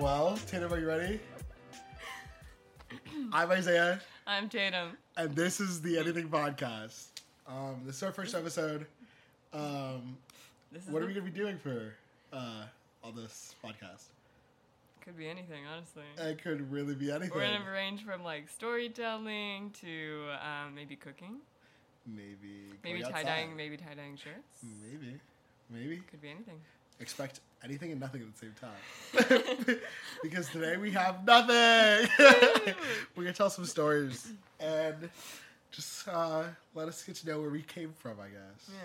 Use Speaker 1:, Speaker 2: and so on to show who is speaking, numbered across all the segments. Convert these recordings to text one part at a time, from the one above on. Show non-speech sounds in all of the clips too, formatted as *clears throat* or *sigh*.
Speaker 1: well. Tatum, are you ready? I'm Isaiah,
Speaker 2: I'm Tatum.
Speaker 1: and this is the Anything Podcast. Um, this is our first episode. Um,
Speaker 2: This is
Speaker 1: what are
Speaker 2: the-
Speaker 1: we going to be doing for uh, all this podcast?
Speaker 2: could be anything, honestly.
Speaker 1: It could really be anything.
Speaker 2: We're gonna range from like storytelling to um, maybe cooking,
Speaker 1: Oh, Maybe.
Speaker 2: maybe
Speaker 1: going
Speaker 2: tie
Speaker 1: outside.
Speaker 2: dyeing, maybe tie dyeing shirts.
Speaker 1: Maybe. Maybe.
Speaker 2: Could be anything.
Speaker 1: Expect anything and nothing at the same time. *laughs* because today we have nothing. *laughs* We're going to tell some stories and just uh, let us get to know where we came from, I guess.
Speaker 2: Yeah,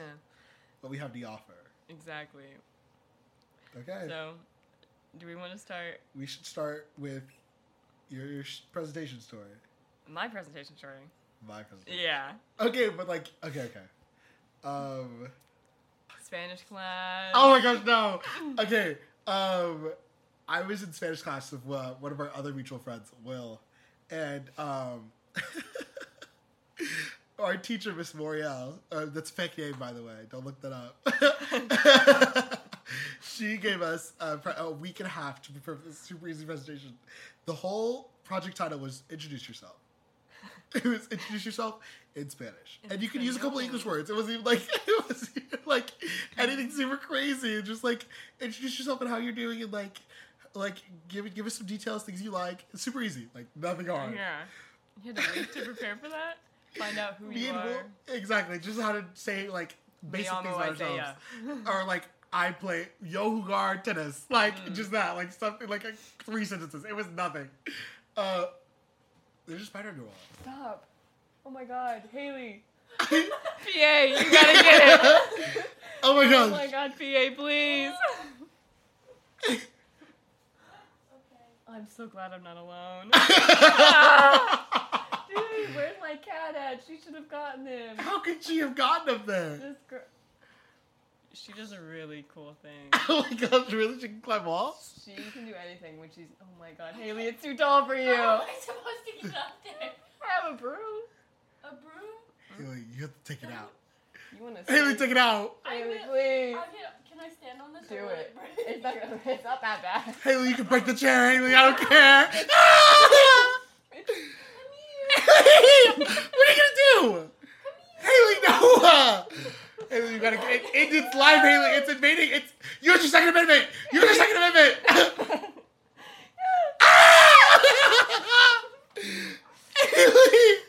Speaker 1: What we have to offer.
Speaker 2: exactly.
Speaker 1: Okay.
Speaker 2: So, do we want to start
Speaker 1: We should start with your, your sh- presentation story.
Speaker 2: my presentation story?
Speaker 1: My presentation.
Speaker 2: Yeah,
Speaker 1: Okay, but like, okay, okay. Um.
Speaker 2: Spanish class.
Speaker 1: Oh my gosh, no. Okay. Um, I was in Spanish class with uh, one of our other mutual friends, Will, and um, *laughs* our teacher, Miss Moriel. Uh, that's a fake name, by the way. Don't look that up. *laughs* she gave us a, pre- a week and a half to prepare for this super easy presentation. The whole project title was "Introduce Yourself." *laughs* It was "Introduce Yourself" in Spanish,
Speaker 2: In
Speaker 1: and you could use a couple
Speaker 2: Espanol.
Speaker 1: English words. It wasn't even like *laughs* it was even like anything super crazy. It's Just like introduce yourself and how you're doing, and like like give it give us some details, things you like. It's super easy, like nothing hard.
Speaker 2: Yeah, you had a week to prepare for that. Find out who
Speaker 1: Me
Speaker 2: you
Speaker 1: and
Speaker 2: are.
Speaker 1: Will- exactly. Just how to say like basic
Speaker 2: llamo
Speaker 1: things about ourselves,
Speaker 2: Isaiah.
Speaker 1: or like I play yo jugar tennis, like
Speaker 2: Mm.
Speaker 1: just that, like something like a, three sentences. It was nothing. Uh, there's a spider in your wall.
Speaker 2: Stop! Oh my God,
Speaker 1: *laughs*
Speaker 2: Haley. PA, you *laughs* gotta get it.
Speaker 1: *laughs* Oh my
Speaker 2: Oh
Speaker 1: gosh!
Speaker 2: my god, PA, *laughs* please. I'm so glad I'm not alone. *laughs* Dude, where's my cat at? She should have gotten him.
Speaker 1: How could she have gotten up there? *laughs*
Speaker 2: This girl. She does a really cool thing.
Speaker 1: Oh my gosh, really? She can climb walls?
Speaker 2: She can do anything when she's. Oh my god, Haley, it's too tall for you. *laughs*
Speaker 3: How am
Speaker 2: I
Speaker 3: I supposed to get up there?
Speaker 2: have a broom.
Speaker 3: A broom?
Speaker 1: Haley, you have to take it out.
Speaker 2: You wanna see?
Speaker 1: Haley, take it out!
Speaker 2: Haley,
Speaker 3: I will-
Speaker 2: please.
Speaker 3: I'll get, can I stand on this?
Speaker 2: Do
Speaker 3: or will
Speaker 2: it.
Speaker 3: break?
Speaker 2: It's not, it's not that bad. *laughs*
Speaker 1: Haley, you can break the chair, Haley, I don't care! *laughs* what are you gonna do? Haley, no! Haley, you gotta it, it, it's live, Haley. It's invading. It's you're your second amendment. You're your second amendment. *laughs* Ah! *laughs* Haley.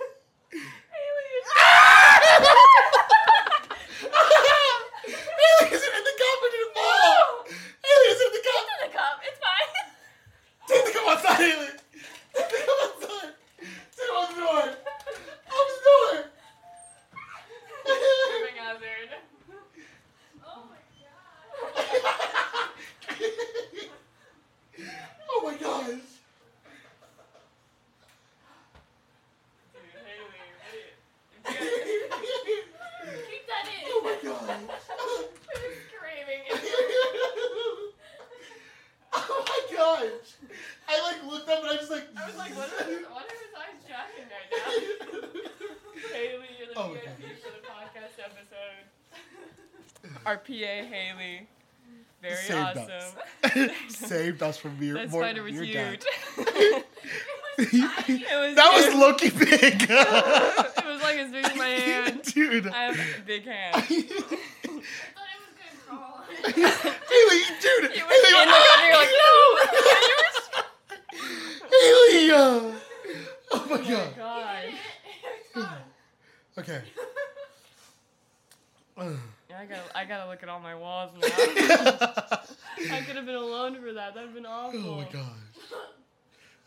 Speaker 1: Haley isn't in the cup and didn't fall. Haley isn't in the cup.
Speaker 3: the cup. It's fine.
Speaker 1: Take the cup outside, Haley. Take the cup outside. Take it on the door. On the door.
Speaker 2: *laughs* Tripping hazard.
Speaker 3: *laughs* Oh my god. *laughs*
Speaker 1: oh my gosh.
Speaker 2: Dude, Haley, what are *laughs* you-
Speaker 1: oh
Speaker 3: Keep that in.
Speaker 1: my gosh.
Speaker 2: I'm screaming.
Speaker 1: *laughs* oh my gosh. I like looked up and I just like.
Speaker 2: I was like, what are, *laughs* what are his eyes tracking right now? *laughs* Haley, you're the
Speaker 1: Oh my
Speaker 2: VIP
Speaker 1: goodness.
Speaker 2: for the podcast episode. *laughs* Our PA Haley. Very
Speaker 1: Saved
Speaker 2: awesome.
Speaker 1: us. *laughs* Saved us from your.
Speaker 2: That
Speaker 1: more-
Speaker 2: spider was
Speaker 1: your
Speaker 2: huge.
Speaker 1: death.
Speaker 2: *laughs*
Speaker 1: *laughs*
Speaker 2: it was
Speaker 1: that was
Speaker 2: huge.
Speaker 1: *laughs* Loki big.
Speaker 2: *laughs* it was like as big as my hand.
Speaker 1: Dude.
Speaker 2: I
Speaker 1: *laughs*
Speaker 2: have big hands.
Speaker 1: Haley,
Speaker 3: *laughs* I thought it was gonna
Speaker 2: *laughs*
Speaker 3: crawl on
Speaker 1: dude.
Speaker 3: it.
Speaker 2: It was in the cup, you're like,
Speaker 1: Haley. uh,
Speaker 2: *laughs* no!
Speaker 1: Oh my
Speaker 2: You were-
Speaker 1: god.
Speaker 2: God.
Speaker 3: It It's
Speaker 2: *laughs*
Speaker 3: gone. *laughs*
Speaker 1: Okay.
Speaker 2: Yeah, I gotta, I gotta look at all my walls
Speaker 1: *laughs*
Speaker 2: now. I could have been alone for that. That'd have been awful.
Speaker 1: Oh my gosh.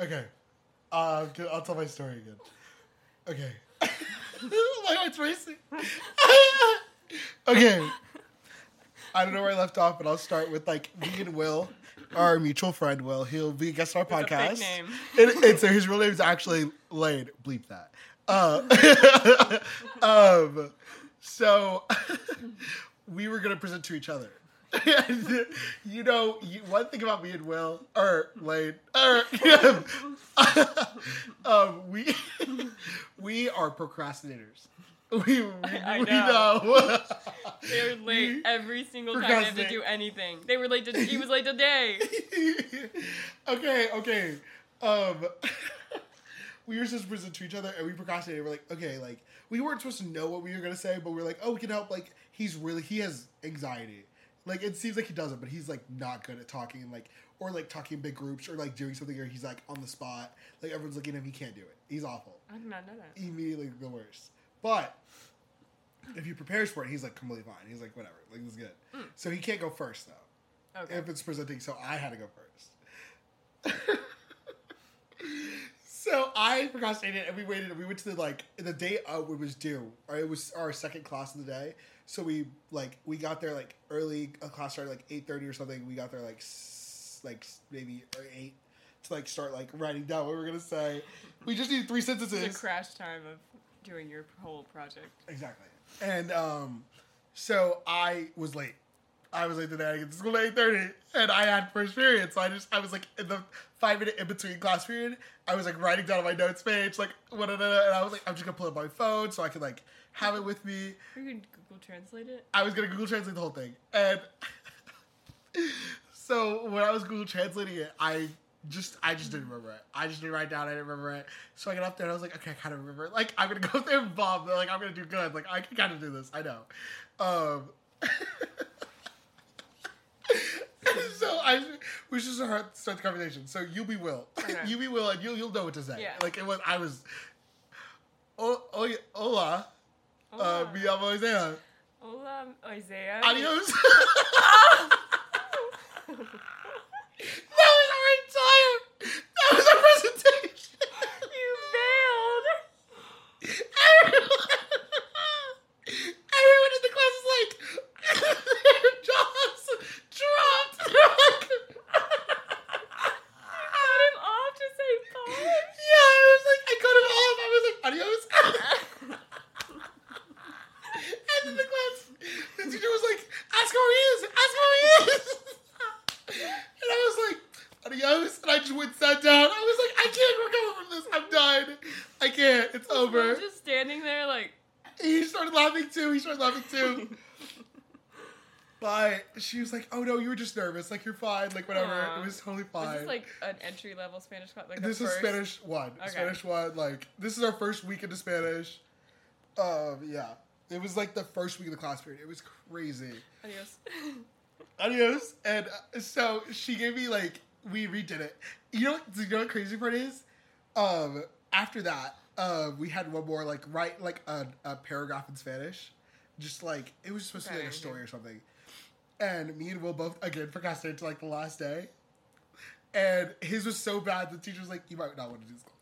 Speaker 1: Okay. Uh, g- I'll tell my story again. Okay. *laughs* my heart's racing. *laughs* okay. I don't know where I left off, but I'll start with like me and Will, our mutual friend Will. He'll be a guest on our
Speaker 2: It's a
Speaker 1: podcast.
Speaker 2: fake name.
Speaker 1: It- it's his real name is actually Lane. Bleep that. Uh, *laughs* um, so *laughs* we were gonna present to each other. *laughs* And, you know, you, one thing about me and Will, or Lane, or *laughs* um, we *laughs* we are procrastinators. We, we,
Speaker 2: I
Speaker 1: we
Speaker 2: know.
Speaker 1: know.
Speaker 2: *laughs* They were late every single time they had to
Speaker 1: Procrastinate. *laughs*
Speaker 2: do anything. They were late to. He was late today.
Speaker 1: okay, okay. Um, *laughs* we were just listening to each other and we procrastinated. We're like, okay, like we weren't supposed to know what we were gonna say, but we are like, oh, we can help. Like he's really he has anxiety. Like it seems like he doesn't, but he's like not good at talking and like or like talking in big groups or like doing something where he's like on the spot. Like everyone's looking at him, he can't do it. He's awful.
Speaker 2: I did not know that.
Speaker 1: Immediately the worst. But if he prepares for it, he's like completely fine. He's like whatever. Like this is good.
Speaker 2: Mm.
Speaker 1: So he can't go first though
Speaker 2: Okay.
Speaker 1: if it's presenting, so I had to go first. so I procrastinated and we waited and we went to the like the day of it was due. Or it was our second class of the day. So we like we got there like early a class started like eight thirty or something. We got there like s- like s- maybe or eight to like start like writing down what we were gonna say. We just needed three
Speaker 2: the
Speaker 1: sentences.
Speaker 2: crash time of doing your whole project.
Speaker 1: Exactly. And um, so I was late. I was late today. I get to school at eight thirty, and I had first period. So I just I was like in the five minute in between class period. I was like writing down on my notes page like what and I was like I'm just gonna pull up my phone so I could like have it with me.
Speaker 2: You can Google Translate it.
Speaker 1: I was gonna Google Translate the whole thing, and *laughs* so when I was Google translating it, I just I just didn't remember it. I just didn't write down. I didn't remember it. So I got up there and I was like, okay, I kind of remember. It. Like I'm gonna *laughs* go up there and bomb. Like I'm gonna do good. Like I can kind of do this. I know. Um, *laughs* so I we should start, start the conversation. So you be will,
Speaker 2: Okay.
Speaker 1: *laughs* you be will, and you'll you'll know what to say.
Speaker 2: Yeah.
Speaker 1: Like it was I was. Oh, oh, hola, uh,
Speaker 2: Hola.
Speaker 1: mi amo Isaiah.
Speaker 2: Hola, Isaiah.
Speaker 1: *laughs* Adios. That was our entire. That was our presentation. *laughs*
Speaker 2: you *laughs* failed.
Speaker 1: Everyone, everyone in the class is like, *laughs* their jaws dropped. *laughs*
Speaker 2: Cut him off to say bye.
Speaker 1: yeah, I was like, I cut him off. I was like, adios. *laughs* and then the class, the teacher was like, ask how he is. Ask how he is. *laughs* and I was like, adios. And I just went and sat down. I was like, I can't recover from this. I'm done. I can't. It's *laughs* over.
Speaker 2: I'm just standing there like.
Speaker 1: He started laughing too. He started laughing too.
Speaker 2: *laughs*
Speaker 1: but she was like, "Oh no, you were just nervous. Like you're fine. Like whatever.
Speaker 2: Aw.
Speaker 1: It was totally fine."
Speaker 2: This is like an entry level Spanish class. Like
Speaker 1: this
Speaker 2: a
Speaker 1: is
Speaker 2: first.
Speaker 1: Spanish one.
Speaker 2: Okay.
Speaker 1: Spanish one. Like this is our first week into Spanish. Um, yeah, it was like the first week of the class period. It was crazy.
Speaker 2: Adios. *laughs*
Speaker 1: Adios. And uh, so she gave me like we redid it. You know, what- you know what crazy part is? Um, after that, uh, we had one more like write like a, a paragraph in Spanish. Just like it was supposed to be like a
Speaker 2: Okay.
Speaker 1: story or something. And me and Will both again procrastinated to like the last day. And his was so bad the teacher was like, You might not want to do this class.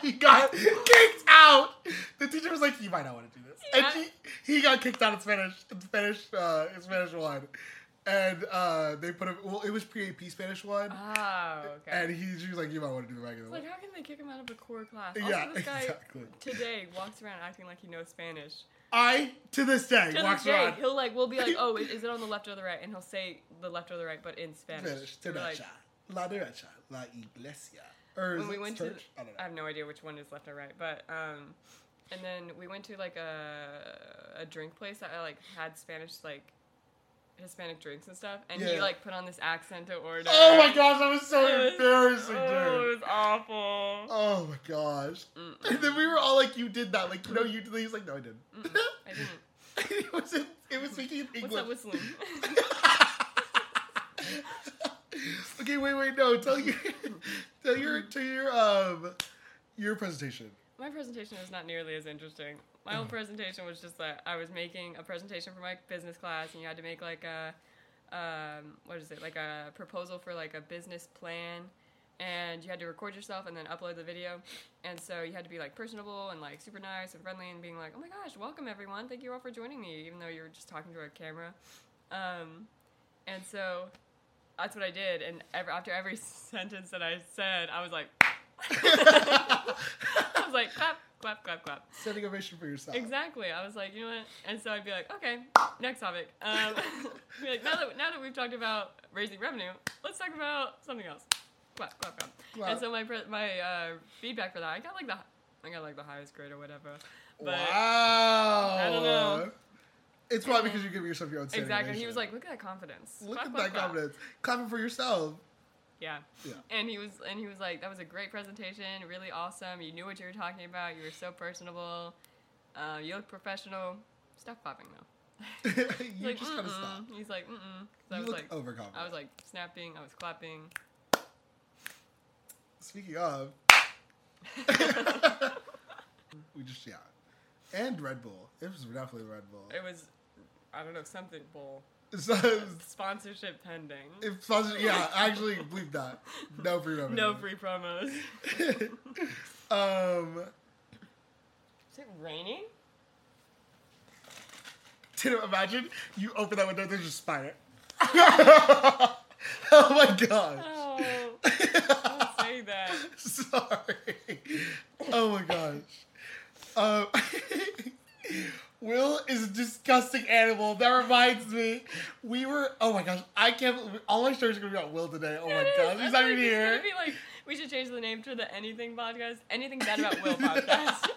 Speaker 1: *laughs* he got kicked out. The teacher was like, You might not want to do this.
Speaker 2: Yeah.
Speaker 1: And he, he got kicked out in Spanish in Spanish uh in Spanish one. And uh they put him well, it was pre AP Spanish one.
Speaker 2: oh, okay.
Speaker 1: and he she was like, You might want to do the regular
Speaker 2: Like,
Speaker 1: one.
Speaker 2: how can they kick him out of a core class?
Speaker 1: Yeah,
Speaker 2: also, this guy
Speaker 1: exactly.
Speaker 2: today walks around acting like he knows Spanish.
Speaker 1: I to this day
Speaker 2: To
Speaker 1: walks
Speaker 2: this day,
Speaker 1: around
Speaker 2: he'll like, we'll be like, oh, is is it on the left or the right? And he'll say the left or the right, but in Spanish.
Speaker 1: Spanish,
Speaker 2: So we're like,
Speaker 1: derecha. La derecha. La iglesia. Or is
Speaker 2: when
Speaker 1: it
Speaker 2: we went to,
Speaker 1: church? I don't know.
Speaker 2: I have no idea which one is left or right, but um, and then we went to like a a drink place that I like had Spanish like Hispanic drinks and stuff, and he
Speaker 1: Yeah.
Speaker 2: like put on this accent to order.
Speaker 1: Oh my gosh, that was so
Speaker 2: It *laughs* was-
Speaker 1: embarrassing,
Speaker 2: Oh,
Speaker 1: dude.
Speaker 2: it was awful. Mm.
Speaker 1: Oh my gosh. *laughs* And
Speaker 2: Mm-mm.
Speaker 1: then we were all like, "You did that, like you know, you did." that." He's like, "No, I didn't."
Speaker 2: Mm-mm.
Speaker 1: *laughs*
Speaker 2: I didn't.
Speaker 1: it was in, it was speaking in
Speaker 2: What's that
Speaker 1: English.
Speaker 2: whistling?
Speaker 1: *laughs* *laughs* okay, wait, wait, no. Tell your tell your tell your um your presentation.
Speaker 2: My presentation was not nearly as interesting. My whole presentation was just that I was making a presentation for my business class, and you had to make like a, um, what is it, like a proposal for like a business plan, and you had to record yourself and then upload the video, and so you had to be like personable and like super nice and friendly and being like, oh my gosh, welcome everyone, thank you all for joining me, even though you were just talking to a camera, um, and so that's what I did, and ever, after every *laughs* sentence that I said, I was like. *laughs* I was like, clap, clap, clap, clap.
Speaker 1: Standing ovation for yourself.
Speaker 2: Exactly. I was like, you know what? And so I'd be like, okay, next topic. Um, *laughs* be like, now that now that we've talked about raising revenue, let's talk about something else. Clap, clap, clap.
Speaker 1: Clap.
Speaker 2: And so my pre- my uh, feedback for that, I got like the I got like the highest grade or whatever. But
Speaker 1: wow.
Speaker 2: I don't know.
Speaker 1: It's probably because you're giving yourself your own. standing
Speaker 2: exactly, he
Speaker 1: ovation.
Speaker 2: was like, look at that confidence.
Speaker 1: "Look
Speaker 2: Clap,
Speaker 1: at
Speaker 2: clap,
Speaker 1: that
Speaker 2: clap."
Speaker 1: confidence, clapping for yourself."
Speaker 2: yeah. *laughs*
Speaker 1: Yeah. *laughs*
Speaker 2: And he was and he was like, that was a great presentation, really awesome. You knew what you were talking about. You were so personable. Uh, you look professional. Stop popping though.
Speaker 1: you
Speaker 2: He's like,
Speaker 1: just gotta
Speaker 2: "Mm-mm."
Speaker 1: stop.
Speaker 2: He's like, mm-mm. So I
Speaker 1: you
Speaker 2: was
Speaker 1: look
Speaker 2: like,
Speaker 1: overconfident.
Speaker 2: I was like snapping. I was clapping.
Speaker 1: Speaking of,
Speaker 2: *laughs*
Speaker 1: *laughs* we just yeah, and Red Bull. It was definitely Red Bull.
Speaker 2: It was, I don't know, something bull.
Speaker 1: *laughs* So it was-
Speaker 2: Sponsorship pending.
Speaker 1: it was- yeah, I actually believe that. No free revenue.
Speaker 2: No free promos.
Speaker 1: *laughs* um,
Speaker 2: Is it raining?
Speaker 1: did you imagine you open that window? There's a spider. *laughs* oh my gosh. *laughs*
Speaker 2: Oh, don't say that.
Speaker 1: Sorry. Oh my gosh. Um, *laughs* Will is a disgusting animal. That reminds me, we were. Oh my gosh, I can't. Believe, all my stories are gonna be about Will today. Oh my
Speaker 2: It is.
Speaker 1: gosh,
Speaker 2: I
Speaker 1: he's not
Speaker 2: feel like
Speaker 1: even
Speaker 2: it's gonna
Speaker 1: here.
Speaker 2: Be like, we should change the name to the Anything Podcast. Anything Bad
Speaker 1: *laughs*
Speaker 2: About Will Podcast.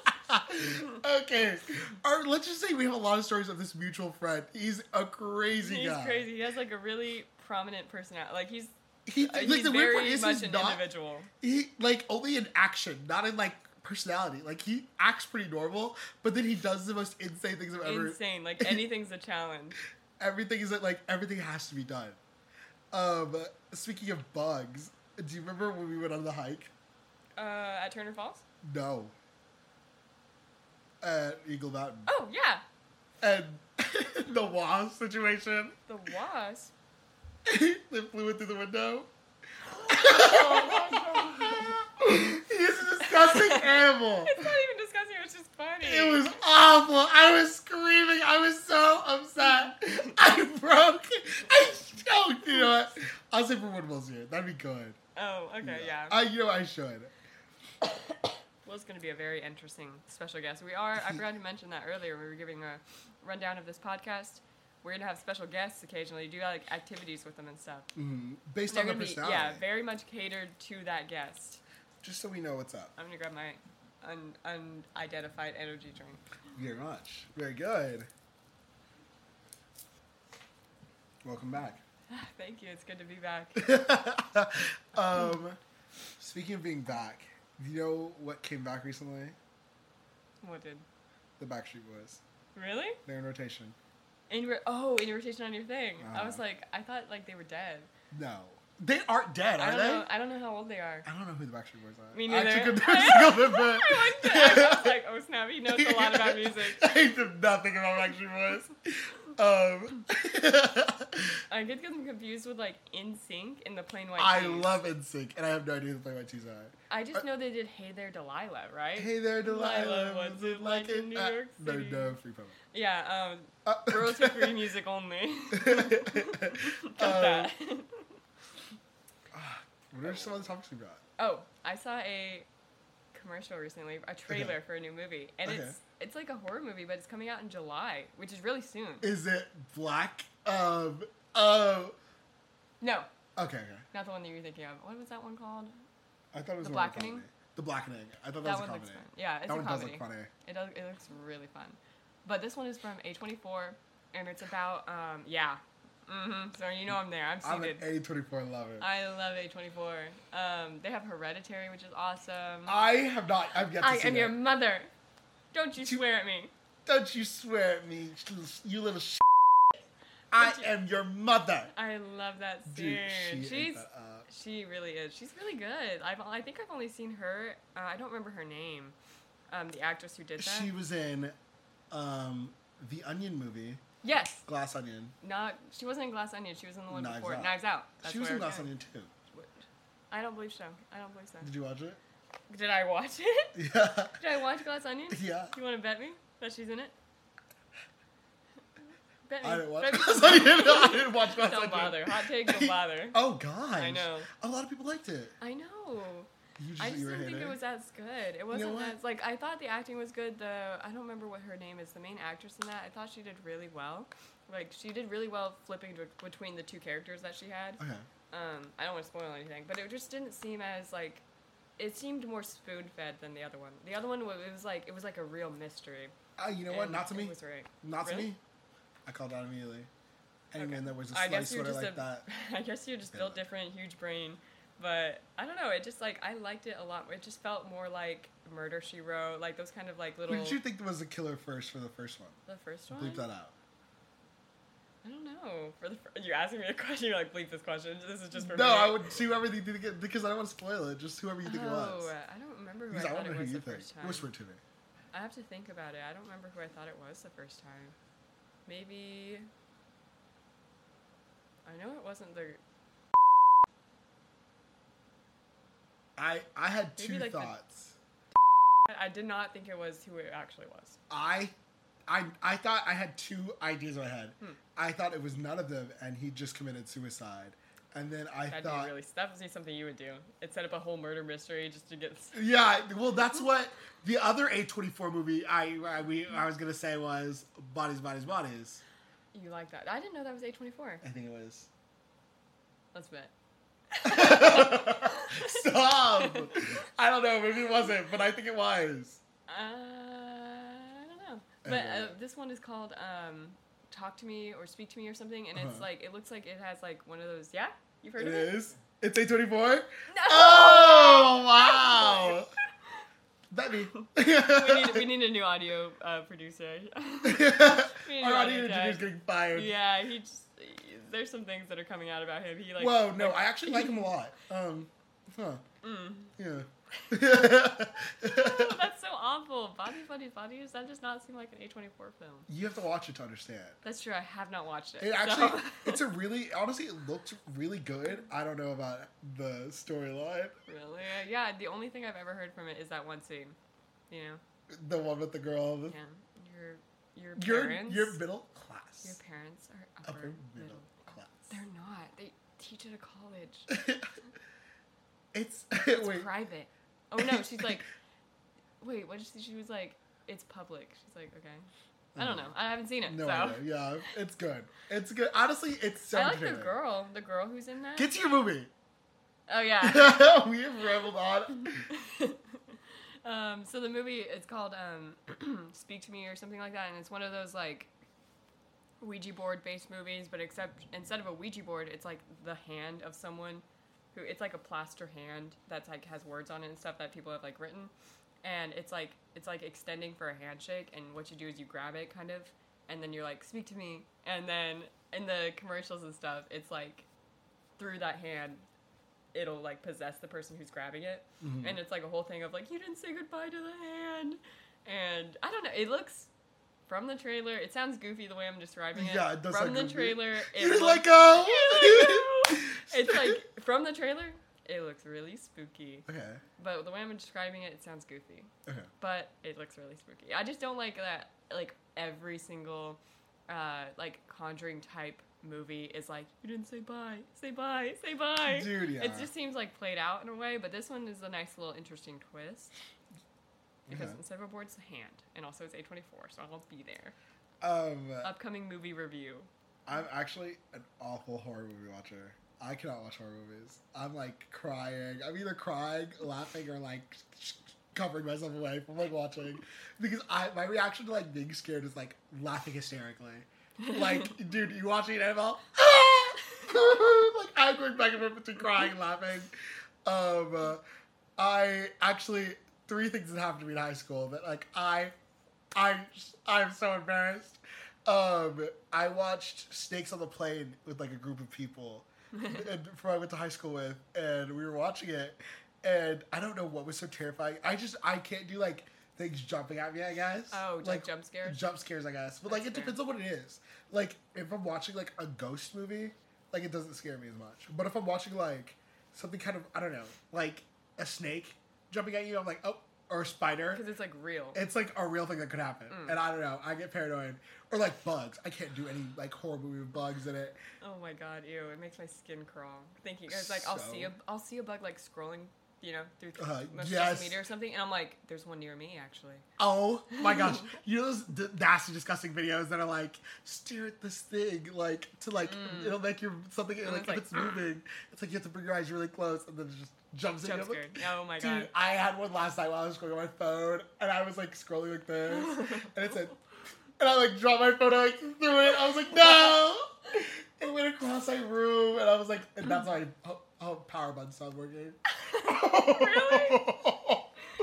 Speaker 1: okay, Or let's just say we have a lot of stories of this mutual friend. He's a crazy
Speaker 2: he's
Speaker 1: guy.
Speaker 2: crazy. He has like a really prominent personality. Like he's
Speaker 1: He,
Speaker 2: uh,
Speaker 1: like,
Speaker 2: he's
Speaker 1: the weird part
Speaker 2: very
Speaker 1: is
Speaker 2: much
Speaker 1: he's
Speaker 2: an
Speaker 1: not.
Speaker 2: individual.
Speaker 1: He like only in action, not in like personality. Like he acts pretty normal, but then he does the most insane things I've ever.
Speaker 2: Insane. Like anything's a challenge.
Speaker 1: everything is like everything has to be done. Um, speaking of bugs, do you remember when we went on the hike?
Speaker 2: Uh, at Turner Falls.
Speaker 1: No. At Eagle Mountain
Speaker 2: Oh yeah,
Speaker 1: and *laughs* the wasp situation.
Speaker 2: the wasp.
Speaker 1: *laughs* they flew in through the window. *laughs* He's a disgusting animal.
Speaker 2: It's not even disgusting. It's just funny.
Speaker 1: It was awful. I was screaming. I was so upset. I broke. I choked. You know what? I'll say for one Will's here. That'd be good.
Speaker 2: Oh okay yeah.
Speaker 1: I, you know, I should.
Speaker 2: Will's going to be a very interesting special guest. We are, I forgot to mention that earlier. We were giving a rundown of this podcast. We're going to have special guests occasionally, do like activities with them and stuff.
Speaker 1: Mhm. Based
Speaker 2: They're
Speaker 1: on their
Speaker 2: going to be,
Speaker 1: personality.
Speaker 2: yeah, very much catered to that guest.
Speaker 1: Just so we know what's up.
Speaker 2: I'm going to grab my un- unidentified energy drink.
Speaker 1: Very much. Very good. Welcome back.
Speaker 2: Ah, Thank you. It's good to be back.
Speaker 1: *laughs*
Speaker 2: *laughs*
Speaker 1: um, speaking of being back, do you know what came back recently?
Speaker 2: what did?
Speaker 1: The Backstreet Boys.
Speaker 2: Really?
Speaker 1: Theyey're in rotation.
Speaker 2: And you were, oh, and you were rotation on your thing. I was
Speaker 1: Uh-huh.
Speaker 2: like, I thought like they were dead.
Speaker 1: No, they aren't dead,
Speaker 2: I
Speaker 1: are
Speaker 2: don't
Speaker 1: they?
Speaker 2: know. I don't know how old they are.
Speaker 1: I don't know who the Backstreet Boys are.
Speaker 2: Me
Speaker 1: I
Speaker 2: neither. *laughs*
Speaker 1: actually couldn't think of it,
Speaker 2: I went
Speaker 1: *laughs*
Speaker 2: to- I was like, oh snap, he knows a lot about music.
Speaker 1: I know nothing about Backstreet Boys.
Speaker 2: *laughs*
Speaker 1: Um,
Speaker 2: I get them confused with like In Sync and the Plain White.
Speaker 1: I
Speaker 2: Tees.
Speaker 1: love NSYNC, and I have no idea who the Play White Tees are.
Speaker 2: I just know they did Hey There Delilah, right?
Speaker 1: Hey there, Delilah.
Speaker 2: Delilah,
Speaker 1: What's it like in New York City? No, no, free promo.
Speaker 2: Yeah, um,
Speaker 1: Uh, *laughs*
Speaker 2: royalty free music only. *laughs*
Speaker 1: Um,
Speaker 2: Cut that.
Speaker 1: What are some of the topics we brought?
Speaker 2: Oh, I saw a commercial recently, a trailer
Speaker 1: Okay.
Speaker 2: for a new movie, and
Speaker 1: Okay.
Speaker 2: it's it's like a horror movie, but it's coming out in July, which is really soon.
Speaker 1: Is it black? Um, um,
Speaker 2: No,
Speaker 1: okay, okay.
Speaker 2: not the one that you're thinking of. What was that one called?
Speaker 1: I thought it was
Speaker 2: The
Speaker 1: more of a
Speaker 2: Blackening?
Speaker 1: comedy. The blackening. I thought that,
Speaker 2: That
Speaker 1: was a
Speaker 2: one
Speaker 1: comedy.
Speaker 2: looks fun. Yeah, it's
Speaker 1: that
Speaker 2: a
Speaker 1: one
Speaker 2: comedy.
Speaker 1: does look funny.
Speaker 2: It does. It looks really fun. But this one is from A24, and it's about um yeah, mm-hmm. So you know I'm there. I'm
Speaker 1: I'm an
Speaker 2: seated.
Speaker 1: A24 lover. I,
Speaker 2: I love A24. Um, they have Hereditary, which is awesome.
Speaker 1: have not. I've yet to
Speaker 2: I
Speaker 1: see
Speaker 2: am
Speaker 1: it.
Speaker 2: your mother. Don't you
Speaker 1: Do-
Speaker 2: swear at me.
Speaker 1: Don't you swear at me, you little- you little. Sh- I
Speaker 2: Don't you-
Speaker 1: am your mother.
Speaker 2: I love that
Speaker 1: Dude, she
Speaker 2: scene.
Speaker 1: ate
Speaker 2: She's
Speaker 1: that up.
Speaker 2: she really is. She's really good. I've I think I've only seen her. Uh, I don't remember her name. Um, the actress who did that.
Speaker 1: She was in, um, the Onion movie,
Speaker 2: yes.
Speaker 1: Glass Onion.
Speaker 2: Not. She wasn't in Glass Onion. She was in the one
Speaker 1: Knives
Speaker 2: before
Speaker 1: Out.
Speaker 2: Knives Out. That's
Speaker 1: she was
Speaker 2: where
Speaker 1: in
Speaker 2: I
Speaker 1: Glass
Speaker 2: got it.
Speaker 1: Onion too.
Speaker 2: I don't believe so. I don't believe so.
Speaker 1: Did you watch it?
Speaker 2: Did I watch it? *laughs*
Speaker 1: Yeah.
Speaker 2: Did I watch Glass Onion?
Speaker 1: Yeah.
Speaker 2: You want to bet me that she's in it? Bet me.
Speaker 1: I didn't watch *laughs*
Speaker 2: Bet me.
Speaker 1: Glass Onion. I didn't watch Glass
Speaker 2: Don't
Speaker 1: Onion.
Speaker 2: bother. Hot take,
Speaker 1: *laughs*
Speaker 2: don't bother.
Speaker 1: Oh gosh.
Speaker 2: I know.
Speaker 1: A lot of people liked it.
Speaker 2: I know.
Speaker 1: You just,
Speaker 2: I just
Speaker 1: you were
Speaker 2: didn't think
Speaker 1: hating?
Speaker 2: it was as good. It wasn't
Speaker 1: what?
Speaker 2: as like I thought the acting was good. The I don't remember what her name is. The main actress in that I thought she did really well. Like she did really well flipping to, between the two characters that she had.
Speaker 1: Okay.
Speaker 2: Um, I don't want to spoil anything, but it just didn't seem as like it seemed more spoon fed than the other one. The other one wa- it was like it was like a real mystery.
Speaker 1: Uh, you know what?
Speaker 2: and
Speaker 1: Not to
Speaker 2: it
Speaker 1: me.
Speaker 2: was right.
Speaker 1: Not to
Speaker 2: Really?
Speaker 1: me. I called out immediately. Any
Speaker 2: Okay.
Speaker 1: man that wears a
Speaker 2: I
Speaker 1: slice
Speaker 2: guess you're
Speaker 1: sweater
Speaker 2: just
Speaker 1: like
Speaker 2: a-
Speaker 1: that.
Speaker 2: *laughs* I guess you're just
Speaker 1: Yeah.
Speaker 2: built different, huge brain. But I don't know. It just like I liked it a lot. It just felt more like Murder She Wrote, like those kind of like
Speaker 1: Who
Speaker 2: little.
Speaker 1: did you think was the killer first for the first one?
Speaker 2: the first one.
Speaker 1: Bleep that out.
Speaker 2: I don't know. For the fir- you're asking me a question. You're like bleep this question. This is just for
Speaker 1: No,
Speaker 2: me.
Speaker 1: I would see whoever you think it, because I don't want to spoil it. Just whoever you think it
Speaker 2: Oh,
Speaker 1: was.
Speaker 2: I don't remember who I
Speaker 1: Because I
Speaker 2: thought
Speaker 1: want to
Speaker 2: it
Speaker 1: know who
Speaker 2: was
Speaker 1: you
Speaker 2: the
Speaker 1: think.
Speaker 2: first time.
Speaker 1: Whisper to me.
Speaker 2: I have to think about it. I don't remember who I thought it was the first time. Maybe. I know it wasn't the.
Speaker 1: I I had
Speaker 2: Maybe
Speaker 1: two
Speaker 2: like the-
Speaker 1: thoughts.
Speaker 2: I did not think it was who it actually was.
Speaker 1: I, I, I thought I had two ideas in my head.
Speaker 2: Hmm.
Speaker 1: I thought it was none of them, and he just committed suicide. And then I
Speaker 2: That'd
Speaker 1: thought,
Speaker 2: be really. That would be something you would do. It set up a whole murder mystery just to get.
Speaker 1: yeah, well, that's what the other A twenty four movie I I, we, I was gonna say was Bodies, Bodies, Bodies.
Speaker 2: You like that? I didn't know that was A24.
Speaker 1: I think it
Speaker 2: *laughs*
Speaker 1: was.
Speaker 2: Let's bet.
Speaker 1: Stop! I don't know. Maybe it wasn't, but I think it was.
Speaker 2: Uh, I don't know. But uh,
Speaker 1: Okay.
Speaker 2: this one is called um, "Talk to Me" or "Speak to Me" or something, and it's
Speaker 1: Uh-huh.
Speaker 2: like it looks like it has like one of those. Yeah, you've heard
Speaker 1: It
Speaker 2: of it.
Speaker 1: is. It's A twenty
Speaker 2: *laughs*
Speaker 1: four.
Speaker 2: No.
Speaker 1: Oh
Speaker 2: *laughs*
Speaker 1: wow! That me.
Speaker 2: we, need, we need a new audio uh, producer. *laughs*
Speaker 1: *laughs* Our
Speaker 2: need
Speaker 1: audio
Speaker 2: to run it
Speaker 1: engineer's
Speaker 2: back.
Speaker 1: getting fired.
Speaker 2: yeah, he just. There's some things that are coming out about him. He like.
Speaker 1: Whoa, no, I actually like him a lot. Um, huh?
Speaker 2: Mm.
Speaker 1: Yeah.
Speaker 2: *laughs* Oh, that's so awful. Body, body, body. Does that just not seem like an A24 film?
Speaker 1: *laughs* you have to watch it to understand.
Speaker 2: That's true. I have not watched it.
Speaker 1: It actually,
Speaker 2: *laughs* so-
Speaker 1: it's a really honestly, it looked really good. I don't know about the storyline,
Speaker 2: really. Uh, Yeah. The only thing I've ever heard from it is that one scene. You know.
Speaker 1: the one with the girl.
Speaker 2: Yeah. Your your
Speaker 1: Your
Speaker 2: parents.
Speaker 1: your middle
Speaker 2: your
Speaker 1: class,
Speaker 2: parents are upper,
Speaker 1: upper
Speaker 2: middle.
Speaker 1: middle
Speaker 2: They're
Speaker 1: class.
Speaker 2: not. They teach at a college.
Speaker 1: it's *laughs*
Speaker 2: It's
Speaker 1: wait.
Speaker 2: private. Oh no, she's like. Wait, what did she? She was like, it's public. She's like, okay. I don't know. Mm. I haven't seen it.
Speaker 1: *laughs* No
Speaker 2: so.
Speaker 1: idea. Yeah, it's good. It's good. Honestly, it's so
Speaker 2: I like the
Speaker 1: entertaining.
Speaker 2: girl. The girl who's in that.
Speaker 1: Get to your movie.
Speaker 2: oh yeah.
Speaker 1: *laughs* we have rambled on.
Speaker 2: *laughs* um, so the movie it's called um, *clears throat* Speak to Me or something like that, and it's one of those like Ouija board based movies, but except instead of a Ouija board, it's like the hand of someone who it's like a plaster hand that's like has words on it and stuff that people have like written, and it's like it's like extending for a handshake, and what you do is you grab it kind of, and then you're like speak to me, and then in the commercials and stuff, it's like through that hand it'll like possess the person who's grabbing it
Speaker 1: Hmm.
Speaker 2: and it's like a whole thing of like you didn't say goodbye to the hand and i don't know it looks from the trailer it sounds goofy the way i'm describing it
Speaker 1: Yeah, it does sound
Speaker 2: from the
Speaker 1: goofy. *laughs*
Speaker 2: trailer it
Speaker 1: You're
Speaker 2: looks-
Speaker 1: like,
Speaker 2: *laughs*
Speaker 1: oh.
Speaker 2: You're like, "Oh." it's like from the trailer it looks really spooky
Speaker 1: *laughs* Okay.
Speaker 2: but the way i'm describing it it sounds goofy
Speaker 1: Okay.
Speaker 2: but it looks really spooky i just don't like that like every single uh like conjuring type movie is like you didn't say bye say bye say bye
Speaker 1: Dude, yeah.
Speaker 2: it just seems like played out in a way, but this one is a nice little interesting twist because
Speaker 1: Okay.
Speaker 2: instead of a board, it's a hand, and also it's A24, so I'll be there.
Speaker 1: Um,
Speaker 2: Upcoming movie review.
Speaker 1: I'm actually an awful horror movie watcher. I cannot watch horror movies. I'm like crying. I'm either crying, laughing, or like covering myself away from like watching because I my reaction to like being scared is like laughing hysterically.
Speaker 2: *laughs*
Speaker 1: Like, dude, you watching Annabelle? *laughs* like I'm going back and forth between crying and laughing. Um, uh, I actually three things that happened to me in high school that like I, I, I'm so embarrassed. Um, I watched Snakes on the Plane with like a group of people, and from I went to high school with, and we were watching it, and I don't know what was so terrifying. I just I can't do like things jumping at me. I guess.
Speaker 2: Oh, like jump scares?
Speaker 1: Jump scares, I guess. But like,
Speaker 2: That's
Speaker 1: it depends on what it is. Like, if I'm watching like a ghost movie, like it doesn't scare me as much. But if I'm watching like something kind of I don't know, like a snake jumping at you, I'm like, oh, or a spider.
Speaker 2: Because it's like real.
Speaker 1: It's like a real thing that could happen,
Speaker 2: Mm.
Speaker 1: and I don't know. I get paranoid, or like bugs. I can't do any like horror movie with bugs in it.
Speaker 2: oh my god, ew! It makes my skin crawl. Thinking it's like I'll see a
Speaker 1: So-
Speaker 2: I'll see a bug like scrolling, you know, through
Speaker 1: Uh,
Speaker 2: my
Speaker 1: yes.
Speaker 2: social media or something, and I'm like, there's one near me actually.
Speaker 1: Oh my gosh! You know those d- nasty, disgusting videos that are like stare at this thing, like to like it'll make your something like
Speaker 2: Mm. it's
Speaker 1: if
Speaker 2: like, "Ah."
Speaker 1: it's moving, it's like you have to bring your eyes really close, and then it just jumps in.
Speaker 2: Jump
Speaker 1: You're like,
Speaker 2: scared. Oh my
Speaker 1: Dude,
Speaker 2: god.
Speaker 1: I had one last night while I was scrolling on my phone, and I was like scrolling like
Speaker 2: *laughs*
Speaker 1: this, and it said, and I like dropped my phone, I like threw
Speaker 2: *laughs*
Speaker 1: it. I was like, no! It went across my room, and I was like, and that's how I ho- Oh, power button stopped working.
Speaker 2: *laughs*
Speaker 1: *laughs*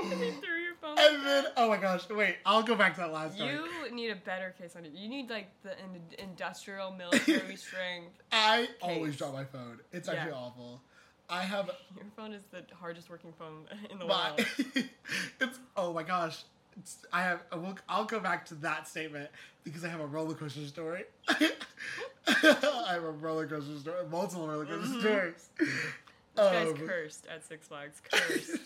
Speaker 2: You threw your phone.
Speaker 1: And then, oh my gosh, wait, I'll go back to that last story.
Speaker 2: You need a better case on it. You need like the in-
Speaker 1: *laughs*
Speaker 2: industrial military strength.
Speaker 1: I always
Speaker 2: Case.
Speaker 1: drop my phone. It's
Speaker 2: Yeah.
Speaker 1: actually awful. I have
Speaker 2: *laughs* Your phone is the hardest working phone *laughs* in the
Speaker 1: my,
Speaker 2: world.
Speaker 1: *laughs* it's oh my gosh. It's, I have. I will, I'll go back to that statement because I have a roller coaster story. *laughs* I have a roller coaster story, multiple roller coaster
Speaker 2: Mhm.
Speaker 1: stories.
Speaker 2: This
Speaker 1: *laughs*
Speaker 2: guy's
Speaker 1: Um,
Speaker 2: cursed at Six Flags. Cursed.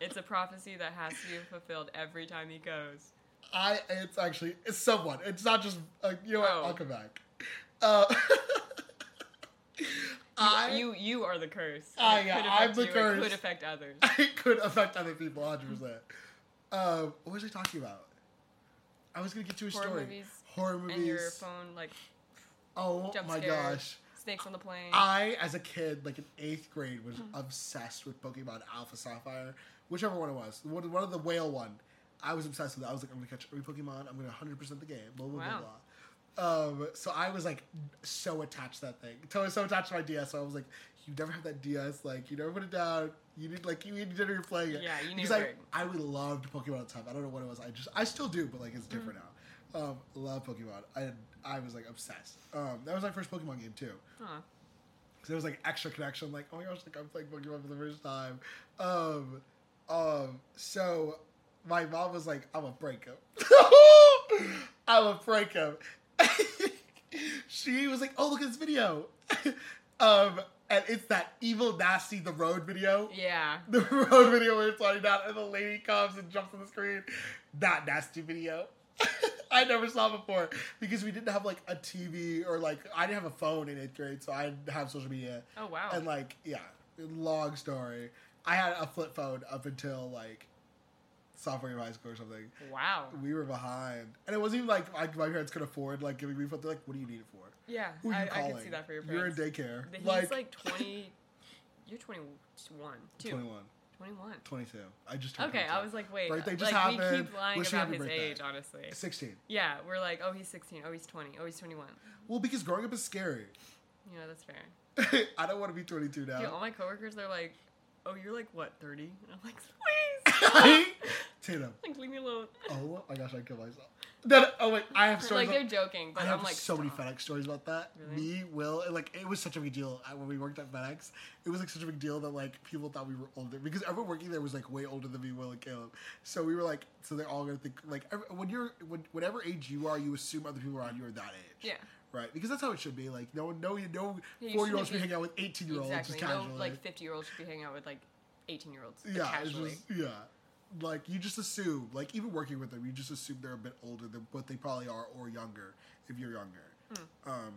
Speaker 2: it's a prophecy that has to be fulfilled every time he goes.
Speaker 1: I it's actually it's someone. It's not just uh, you know. what,
Speaker 2: Oh.
Speaker 1: I'll come back. Uh, *laughs* I
Speaker 2: you you are the curse.
Speaker 1: I-
Speaker 2: It could
Speaker 1: I'm
Speaker 2: affect
Speaker 1: the
Speaker 2: you, It
Speaker 1: curse.
Speaker 2: could affect others.
Speaker 1: *laughs* it could affect other people 100. percent um, What was I talking about? I was gonna get to a
Speaker 2: Horror
Speaker 1: story.
Speaker 2: movies
Speaker 1: Horror movies.
Speaker 2: And your phone like
Speaker 1: oh
Speaker 2: jump
Speaker 1: my
Speaker 2: scares.
Speaker 1: gosh.
Speaker 2: snakes on the plane.
Speaker 1: I, as a kid, like in eighth grade, was
Speaker 2: Hmm.
Speaker 1: obsessed with Pokemon Alpha Sapphire, whichever one it was. The One, one of the whale one. I was obsessed with. That. I was like, I'm gonna catch every Pokemon. I'm gonna 100 percent the game. Blah blah blah
Speaker 2: Wow.
Speaker 1: blah. Um, so I was like so attached to that thing. So I was so attached to my DS. So I was like, you never have that DS. Like you never put it down. You need like you need dinner. You're playing it.
Speaker 2: Yeah, you need
Speaker 1: Because
Speaker 2: a
Speaker 1: I
Speaker 2: break.
Speaker 1: I would loved Pokemon at the time. I don't know what it was. I just I still do, but like it's different
Speaker 2: Hmm.
Speaker 1: now. Um, love Pokemon. I I was like obsessed. Um, that was my first Pokemon game too.
Speaker 2: Huh.
Speaker 1: Cause there was like extra connection, like oh my gosh, like I'm playing Pokemon for the first time. Um, um, so my mom was like, I'm a *laughs* breakup. I'm a breakup. *laughs* she was like, oh look at this video. *laughs* um, and it's that evil nasty the road video.
Speaker 2: Yeah.
Speaker 1: *laughs* The road video where it's falling down and the lady comes and jumps on the screen. That nasty video. *laughs* I never saw before because we didn't have like a TV or like I didn't have a phone in eighth grade, so I didn't have social media.
Speaker 2: Oh wow.
Speaker 1: And like, yeah, long story. I had a flip phone up until like sophomore year of high school or something.
Speaker 2: wow.
Speaker 1: We were behind, and it wasn't even like my, my parents could afford like giving me a phone. They're like, "What do you need it for?
Speaker 2: Yeah.
Speaker 1: Who are
Speaker 2: I,
Speaker 1: you
Speaker 2: I
Speaker 1: calling?
Speaker 2: can see that for your
Speaker 1: You're in
Speaker 2: parents.
Speaker 1: daycare.
Speaker 2: He's
Speaker 1: *laughs*
Speaker 2: like, 20 You're 21. Two.
Speaker 1: 21,
Speaker 2: 21.
Speaker 1: 22. I just turned
Speaker 2: Okay,
Speaker 1: 22.
Speaker 2: I was like, wait.
Speaker 1: Birthday
Speaker 2: uh,
Speaker 1: just
Speaker 2: like, We
Speaker 1: happened.
Speaker 2: keep lying
Speaker 1: Wish you
Speaker 2: about
Speaker 1: happy
Speaker 2: his
Speaker 1: birthday.
Speaker 2: age, honestly.
Speaker 1: 16.
Speaker 2: Yeah, we're like, oh, he's 16. Oh, he's 20. Oh, he's 21.
Speaker 1: Well, because growing up is scary. *laughs*
Speaker 2: You know, that's fair.
Speaker 1: I don't want to be 22
Speaker 2: Dude, all
Speaker 1: now.
Speaker 2: my coworkers, they're like, oh, you're like, what, 30? And I'm
Speaker 1: *laughs*
Speaker 2: like, *laughs* please.
Speaker 1: Tatum.
Speaker 2: like, leave me alone.
Speaker 1: Oh my gosh, I killed myself. No, no, oh wait, I
Speaker 2: *laughs*
Speaker 1: have stories.
Speaker 2: Like, they're
Speaker 1: Like,
Speaker 2: joking, but
Speaker 1: I have
Speaker 2: I'm like,
Speaker 1: so many
Speaker 2: stop.
Speaker 1: FedEx stories about that.
Speaker 2: Really?
Speaker 1: Me, Will, and like it was such a big deal uh, when we worked at FedEx. It was like such a big deal that like people thought we were older because everyone working there was like way older than me, Will and Caleb. So we were like, so they're all gonna think like every, when you're when, whatever age you are, you assume other people around you are that age.
Speaker 2: Yeah,
Speaker 1: Right, because that's how it should be. Like no, no, no
Speaker 2: Yeah, you
Speaker 1: four year olds
Speaker 2: shouldn't
Speaker 1: should be
Speaker 2: be-
Speaker 1: hanging out with eighteen year olds
Speaker 2: exactly.
Speaker 1: just
Speaker 2: No,
Speaker 1: casually.
Speaker 2: like, 50 year olds should be hanging out with, like, 18 year olds.
Speaker 1: yeah, it's
Speaker 2: Casually.
Speaker 1: just- yeah. Like you just assume, like even working with them, you just assume they're a bit older than what they probably are, or younger if you're younger. Um,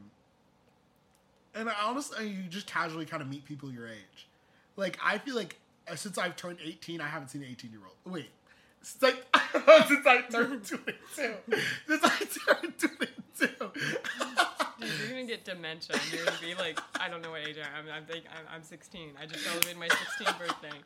Speaker 1: and I honestly, you just casually kind of meet people your age. Like I feel like uh, since I've turned eighteen, I haven't seen an eighteen year old. Wait, since I, *laughs* since I turned twenty two, since I turned twenty two.
Speaker 2: Dude, you're gonna get dementia. and You're gonna be like, I don't know what age I am. I'm, like, I'm, I'm 16. I just celebrated
Speaker 1: *laughs*
Speaker 2: my 16th birthday.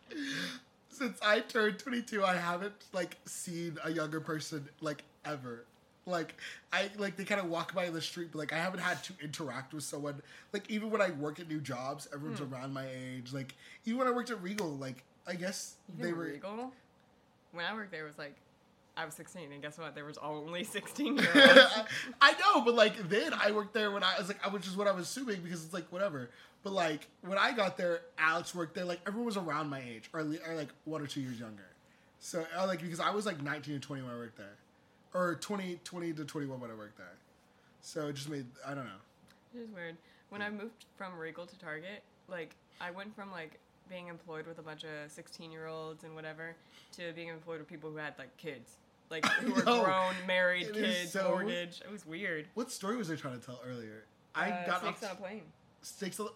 Speaker 1: since I turned 22, I haven't like seen a younger person like ever. Like I like they kind of walk by in the street, but like I haven't had to interact with someone. Like even when I work at new jobs, everyone's around my age. Like even when I worked at Regal, like I guess
Speaker 2: Even
Speaker 1: they were.
Speaker 2: Regal. When I worked there, it was like, I was 16, and guess what? There was
Speaker 1: *laughs*
Speaker 2: only 16 year olds.
Speaker 1: I know, but like then I worked there when I was like, I which is what I was assuming because it's like whatever. But like when I got there, Alex worked there. Like everyone was around my age, or, le- or like one or two years younger. So I, like because I was like 19 to 20 when I worked there, or 20 20 to 21 when I worked there. So it just made I don't know.
Speaker 2: It was weird. When I moved from Regal to Target, like I went from like being employed with a bunch of sixteen-year-olds and whatever to being employed with people who had like kids,
Speaker 1: *laughs*
Speaker 2: like who were
Speaker 1: know.
Speaker 2: grown, married,
Speaker 1: It is
Speaker 2: kids,
Speaker 1: so-
Speaker 2: mortgage. It was weird.
Speaker 1: What story was I trying to tell earlier? I
Speaker 2: Uh,
Speaker 1: got
Speaker 2: snakes
Speaker 1: off
Speaker 2: on a plane.
Speaker 1: stakes. On,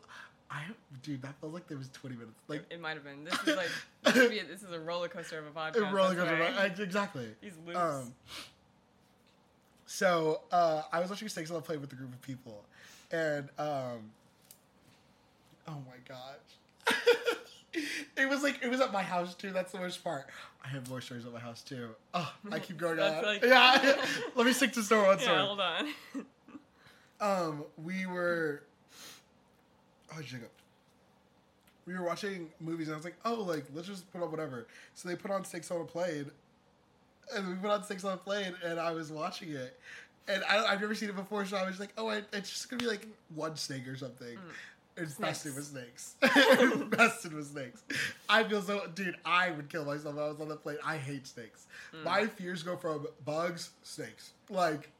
Speaker 1: I dude, that felt like there was 20 minutes. Like
Speaker 2: it might have been. This
Speaker 1: *laughs*
Speaker 2: is like this, would be this is a roller coaster of a podcast.
Speaker 1: it really
Speaker 2: that's
Speaker 1: goes
Speaker 2: why. *laughs*
Speaker 1: around- exactly.
Speaker 2: These loops.
Speaker 1: Um, so uh, I was watching Stakes on a Plane with a group of people, and um, oh my gosh, *laughs* it was like it was at my house too. That's the worst part. I have more stories at my house too. Oh, I keep going on.
Speaker 2: *laughs* That's like-
Speaker 1: yeah, *laughs* let me stick to story one
Speaker 2: *laughs* yeah,
Speaker 1: story.
Speaker 2: hold on.
Speaker 1: Um, we were. Oh, Jacob. we were watching movies, and I was like, oh, like let's just put on whatever. So they put on Six on a Plane, and we put on Six on a Plane, and I was watching it, and I, I've never seen it before, so I was like, oh, I, it's just gonna be like one snake or something. It's
Speaker 2: Snakes.
Speaker 1: Busted with snakes. *laughs* It's Busted with snakes. I feel so, dude. I would kill myself if I was on the plane. I hate snakes. My fears go from bugs, snakes. Like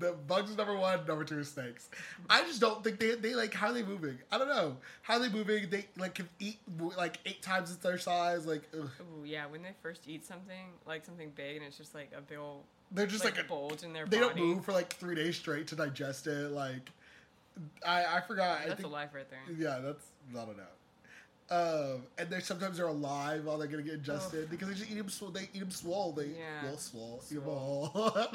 Speaker 1: the bugs is number one, number two is snakes. I just don't think they they like how are they moving. I don't know how are they moving. They like can eat like eight times its their size. Like ugh.
Speaker 2: Ooh, yeah, when they first eat something, like something big, and it's just like a big old,
Speaker 1: they're just like, a,
Speaker 2: bulge in their
Speaker 1: they
Speaker 2: body.
Speaker 1: don't move for like three days straight to digest it. Like I I forgot. I
Speaker 2: That's
Speaker 1: think,
Speaker 2: a life right there.
Speaker 1: Yeah, that's not enough. Um, and they're sometimes they're alive while they're gonna get ingested because they just eat them. Sw- they eat them swole. They
Speaker 2: Yeah.
Speaker 1: well swole. Eat 'em all.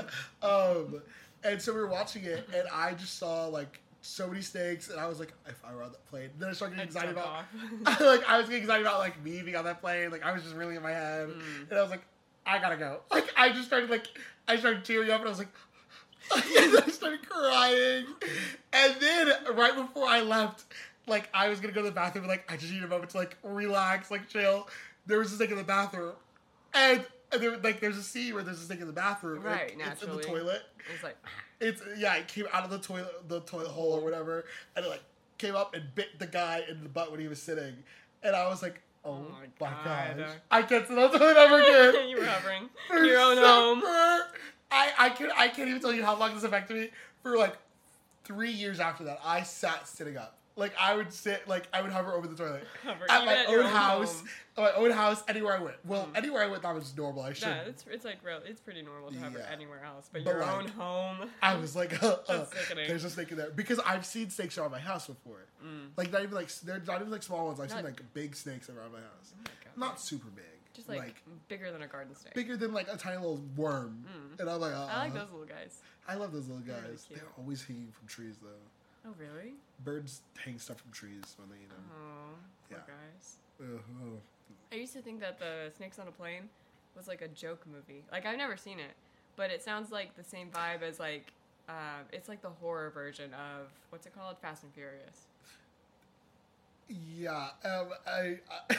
Speaker 1: *laughs* um, and so we were watching it, and I just saw like so many snakes, and I was like, if I were on that plane, then I started getting
Speaker 2: I'd
Speaker 1: excited
Speaker 2: jump
Speaker 1: about
Speaker 2: off.
Speaker 1: like *laughs* I was getting excited about like me being on that plane. Like I was just really in my head,
Speaker 2: Mm.
Speaker 1: and I was like, I gotta go. *laughs* Like I just started like I started tearing up, and I was like, *laughs* and I started crying. And then right before I left, like I was gonna go to the bathroom, and like I just need a moment to like relax, like chill. There was this thing in the bathroom, and, and there, like there's a scene where there's this thing in the bathroom, and
Speaker 2: Right,
Speaker 1: It's in the
Speaker 2: naturally.
Speaker 1: toilet.
Speaker 2: it's like
Speaker 1: It's yeah, it came out of the toilet, the toilet hole or whatever, and it like came up and bit the guy in the butt when he was sitting, and I was like, oh,
Speaker 2: my
Speaker 1: my,
Speaker 2: God.
Speaker 1: gosh, I can't sit on the toilet
Speaker 2: *laughs*
Speaker 1: ever again.
Speaker 2: you
Speaker 1: *laughs*
Speaker 2: were hovering
Speaker 1: For
Speaker 2: your own
Speaker 1: supper. *laughs*
Speaker 2: home.
Speaker 1: I I can I can't even tell you how long this affected me. For like three years after that, I sat sitting up. Like I would sit, like I would hover over the toilet
Speaker 2: Hover,
Speaker 1: at
Speaker 2: even
Speaker 1: my
Speaker 2: at your
Speaker 1: own
Speaker 2: own
Speaker 1: house,
Speaker 2: home.
Speaker 1: at my own house, anywhere I went. Well,
Speaker 2: Mm.
Speaker 1: anywhere I went, that was normal. I should.
Speaker 2: Yeah, it's it's like real. It's pretty normal to hover
Speaker 1: Yeah.
Speaker 2: anywhere else, but,
Speaker 1: But,
Speaker 2: your
Speaker 1: like,
Speaker 2: own home.
Speaker 1: I was like, *laughs* uh, uh,
Speaker 2: That's sickening.
Speaker 1: there's a snake in there because I've seen snakes around my house before.
Speaker 2: Mm.
Speaker 1: Like not even like s- they're not even like small ones. I've
Speaker 2: Not-
Speaker 1: seen like big snakes around my house.
Speaker 2: Oh my God.
Speaker 1: Not super big.
Speaker 2: just like, bigger than a garden snake.
Speaker 1: bigger than like a tiny little worm.
Speaker 2: Mm.
Speaker 1: And I'm like, uh,
Speaker 2: I like those little guys.
Speaker 1: I love those little
Speaker 2: They're really
Speaker 1: guys.
Speaker 2: cute.
Speaker 1: They're always hanging from trees though.
Speaker 2: Oh really?
Speaker 1: Birds hang stuff from trees when they eat
Speaker 2: Oh,
Speaker 1: them.
Speaker 2: poor
Speaker 1: Yeah.
Speaker 2: guys.
Speaker 1: Ugh, ugh.
Speaker 2: I used to think that the Snakes on a Plane was like a joke movie. Like I've never seen it, but it sounds like the same vibe as like um, it's like the horror version of what's it called? Fast and Furious.
Speaker 1: Yeah. Um. I. I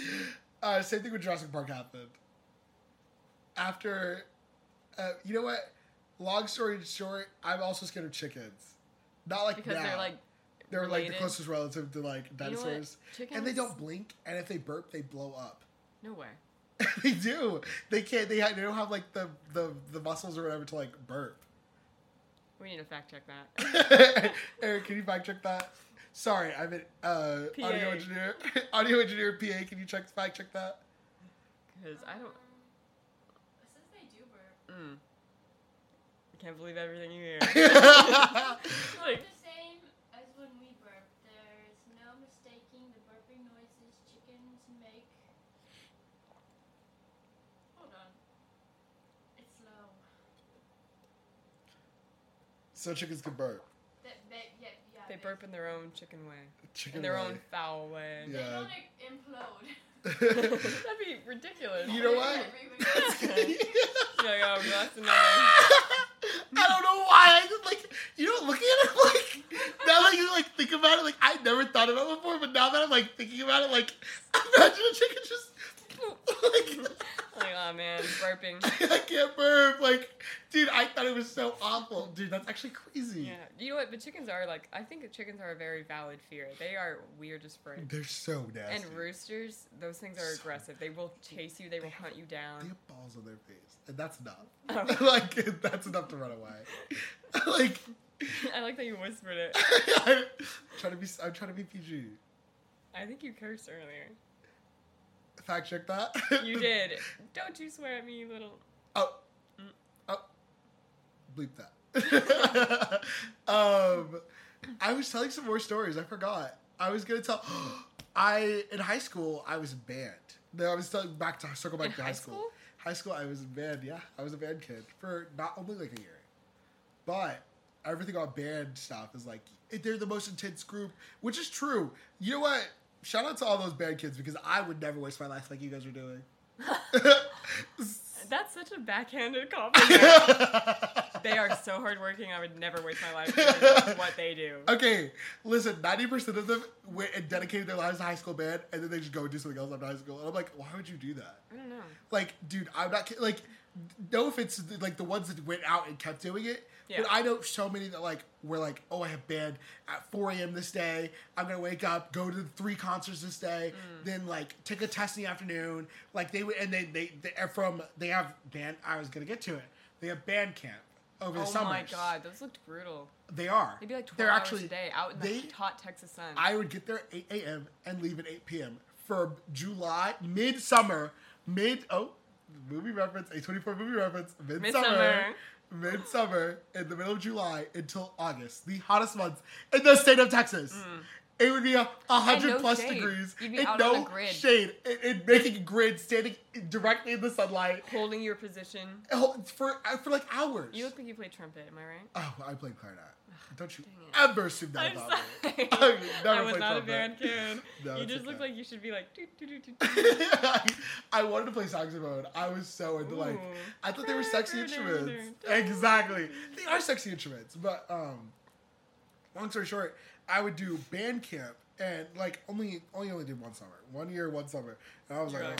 Speaker 1: *laughs* uh, same thing with Jurassic Park happened. After, uh, you know what? Long story short, I'm also scared of chickens. Not like
Speaker 2: Because
Speaker 1: now.
Speaker 2: they're like
Speaker 1: they're like the
Speaker 2: related.
Speaker 1: closest relative to like
Speaker 2: You know what?
Speaker 1: dinosaurs,
Speaker 2: Chickens,
Speaker 1: and they don't blink. And if they burp, they blow up. *laughs*
Speaker 2: No way.
Speaker 1: they do. They can't. They, ha- they don't have like the, the the muscles or whatever to like burp.
Speaker 2: We need to fact check that.
Speaker 1: *laughs* Eric, can you fact check that? Sorry, I'm an uh,
Speaker 2: PA.
Speaker 1: audio engineer. *laughs* audio engineer PA, can you check fact check
Speaker 2: *laughs*
Speaker 1: that?
Speaker 2: Because I don't.
Speaker 3: Um, Since they do burp,
Speaker 2: Mm. I can't believe everything you hear.
Speaker 1: *laughs* That's
Speaker 3: it's
Speaker 2: Like-
Speaker 3: not the same as when we burp. There's no mistaking the burping noises chickens make. Hold on. It's slow.
Speaker 1: so chickens can burp.
Speaker 3: That, that, yeah, yeah,
Speaker 2: They
Speaker 3: they-
Speaker 2: burp in their own chicken way,
Speaker 1: Chicken
Speaker 2: in their
Speaker 1: way.
Speaker 2: own foul way.
Speaker 3: They
Speaker 1: Yeah.
Speaker 3: don't like, implode.
Speaker 2: *laughs* That'd be ridiculous.
Speaker 3: *laughs*
Speaker 1: You know what?
Speaker 3: Everybody-
Speaker 2: You're like, oh, that's another.
Speaker 1: *laughs* I don't know why. I just like you know looking at it *laughs* like now that you like think about it like I never thought about it before, but now that I'm like thinking about it like *laughs* imagine a chicken just *laughs* like
Speaker 2: Like, oh man,
Speaker 1: *laughs*
Speaker 2: burping.
Speaker 1: I can't burp like dude I thought it was so awful dude that's actually crazy.
Speaker 2: Yeah. You know what? But chickens are like, I think that chickens are a very valid fear. They are weird as frick.
Speaker 1: They're so nasty.
Speaker 2: And roosters, those things are
Speaker 1: So-
Speaker 2: aggressive. They will chase you. They will hunt you
Speaker 1: They
Speaker 2: down.
Speaker 1: have balls on their face, and that's enough. *laughs*
Speaker 2: Oh.
Speaker 1: like that's enough to run away. *laughs* like
Speaker 2: *laughs* I like that you whispered it.
Speaker 1: I'm trying to be, I'm trying to be PG.
Speaker 2: I think you cursed earlier.
Speaker 1: Fact check that. *laughs*
Speaker 2: You did. Don't you swear at me, you little.
Speaker 1: Oh,
Speaker 2: Mm.
Speaker 1: oh, bleep that. *laughs* um, I was telling some more stories. I forgot. I was gonna tell. *gasps* I in high school I was in band. No, I was telling back to circle back
Speaker 2: In
Speaker 1: to high
Speaker 2: high
Speaker 1: school.
Speaker 2: school?
Speaker 1: High school, I was in band. Yeah, I was a band kid for not only like a year, but everything on band stuff is like they're the most intense group, which is true. You know what? Shout out to *laughs* all those band kids because I would never waste my life like you guys are doing.
Speaker 2: That's such a backhanded compliment.
Speaker 1: *laughs*
Speaker 2: they are so hardworking. I would never waste my life doing what they do.
Speaker 1: *laughs* okay, listen, 90% of them went and dedicated their lives to high school band, and then they just go and do something else after high school. And I'm like, why would you do that?
Speaker 2: I don't know.
Speaker 1: Like, dude, I'm not kid- like, no offense, to, like the ones that went out and kept doing it.
Speaker 2: Yeah.
Speaker 1: But I know so many that like were like, oh, I have band at 4 a.m. this day. I'm gonna wake up, go to three concerts this day,
Speaker 2: Mm.
Speaker 1: then like take a test in the afternoon. Like they would, and they they they're from they have band. I was gonna get to it. They have band camp over the
Speaker 2: Oh
Speaker 1: summer.
Speaker 2: my god, those looked brutal.
Speaker 1: They are.
Speaker 2: They'd be like 12
Speaker 1: They're
Speaker 2: hours
Speaker 1: actually,
Speaker 2: a day out in
Speaker 1: they-
Speaker 2: the hot Texas sun.
Speaker 1: I would get there at 8 a.m. and leave at 8 p.m. for July, midsummer, mid, oh, movie reference, a 24 movie reference, midsummer,
Speaker 2: Midsummer.
Speaker 1: midsummer, in the middle of July until August, the hottest months in the state of Texas. It would be a a hundred
Speaker 2: Mm. no
Speaker 1: plus
Speaker 2: shade.
Speaker 1: degrees
Speaker 2: You'd be
Speaker 1: and
Speaker 2: out on
Speaker 1: no
Speaker 2: the grid.
Speaker 1: shade, and, and making grid, standing directly in the sunlight
Speaker 2: Holding your position.
Speaker 1: oh, for for like hours.
Speaker 2: You look like you play trumpet, am I right?
Speaker 1: oh, I played clarinet. Don't you
Speaker 2: dang it.
Speaker 1: ever assume that
Speaker 2: I'm
Speaker 1: about
Speaker 2: sorry.
Speaker 1: me? *laughs* I would never
Speaker 2: I was
Speaker 1: play
Speaker 2: not a
Speaker 1: trumpet.
Speaker 2: band kid.
Speaker 1: *laughs* No,
Speaker 2: you
Speaker 1: it's
Speaker 2: just look
Speaker 1: okay.
Speaker 2: like you should be like. doo, doo, doo,
Speaker 1: *laughs*
Speaker 2: doo, doo.
Speaker 1: I, *laughs* I wanted to play saxophone. I was so into like
Speaker 2: Ooh.
Speaker 1: I thought they were sexy instruments.
Speaker 2: Da-da-da-da-da.
Speaker 1: Exactly. They are sexy instruments. But um long story short, I would do band camp and like only only only did one summer. One year, one summer. And I was
Speaker 2: You're
Speaker 1: like,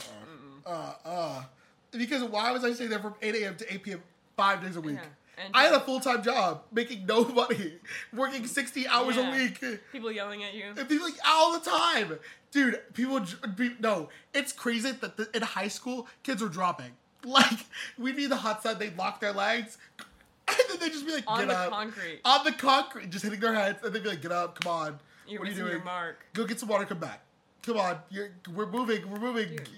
Speaker 2: like,
Speaker 1: uh
Speaker 2: Mm.
Speaker 1: uh, uh because why was I staying there from eight AM to eight PM five days a week?
Speaker 2: Yeah, and
Speaker 1: I had a
Speaker 2: just-
Speaker 1: full time job making no *laughs* money, working sixty hours a
Speaker 2: Yeah.
Speaker 1: week.
Speaker 2: People yelling at you.
Speaker 1: It'd be like all the time, dude. People dr- be, no, it's crazy that the, in high school kids were dropping. Like we'd be in the hot sun, they'd lock their legs, *laughs* and then they'd just be like,
Speaker 2: On
Speaker 1: "Get
Speaker 2: the
Speaker 1: up!" Uh,
Speaker 2: concrete.
Speaker 1: On the concrete, just hitting their heads, and they'd be like, "Get up! Come on!
Speaker 2: You're
Speaker 1: what are you
Speaker 2: missing
Speaker 1: doing?
Speaker 2: your mark.
Speaker 1: Go get some water. Come back. Come on! You're, we're moving. We're moving."
Speaker 2: Dude.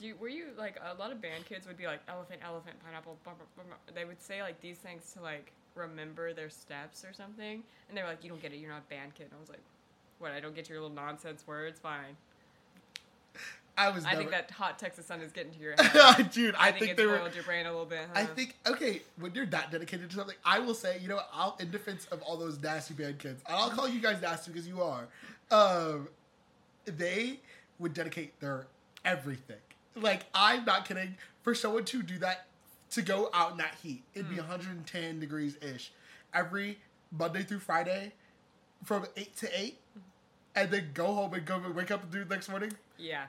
Speaker 2: Do you, were you like a lot of band kids would be like elephant, elephant, pineapple? Blah, blah, blah, blah. They would say like these things to like remember their steps or something, and they were like, "You don't get it. You're not a band kid." And I was like, "What? I don't get your little nonsense words? Fine."
Speaker 1: I was.
Speaker 2: I think
Speaker 1: never-
Speaker 2: that hot Texas sun is getting
Speaker 1: *laughs*
Speaker 2: to your head.
Speaker 1: dude. I,
Speaker 2: I think,
Speaker 1: think
Speaker 2: it's
Speaker 1: they were.
Speaker 2: boiled your brain a little bit. Huh?
Speaker 1: I think okay, when you're that dedicated to something, I will say, you know, what, I'll in defense of all those nasty band kids, and I'll call you guys nasty because you are. Um, they would dedicate their everything. Like I'm not kidding. For someone to do that, to go out in that heat, it'd be 110 degrees ish, every Monday through Friday, from eight to eight, and then go home and go wake up and do it next morning.
Speaker 2: Yeah.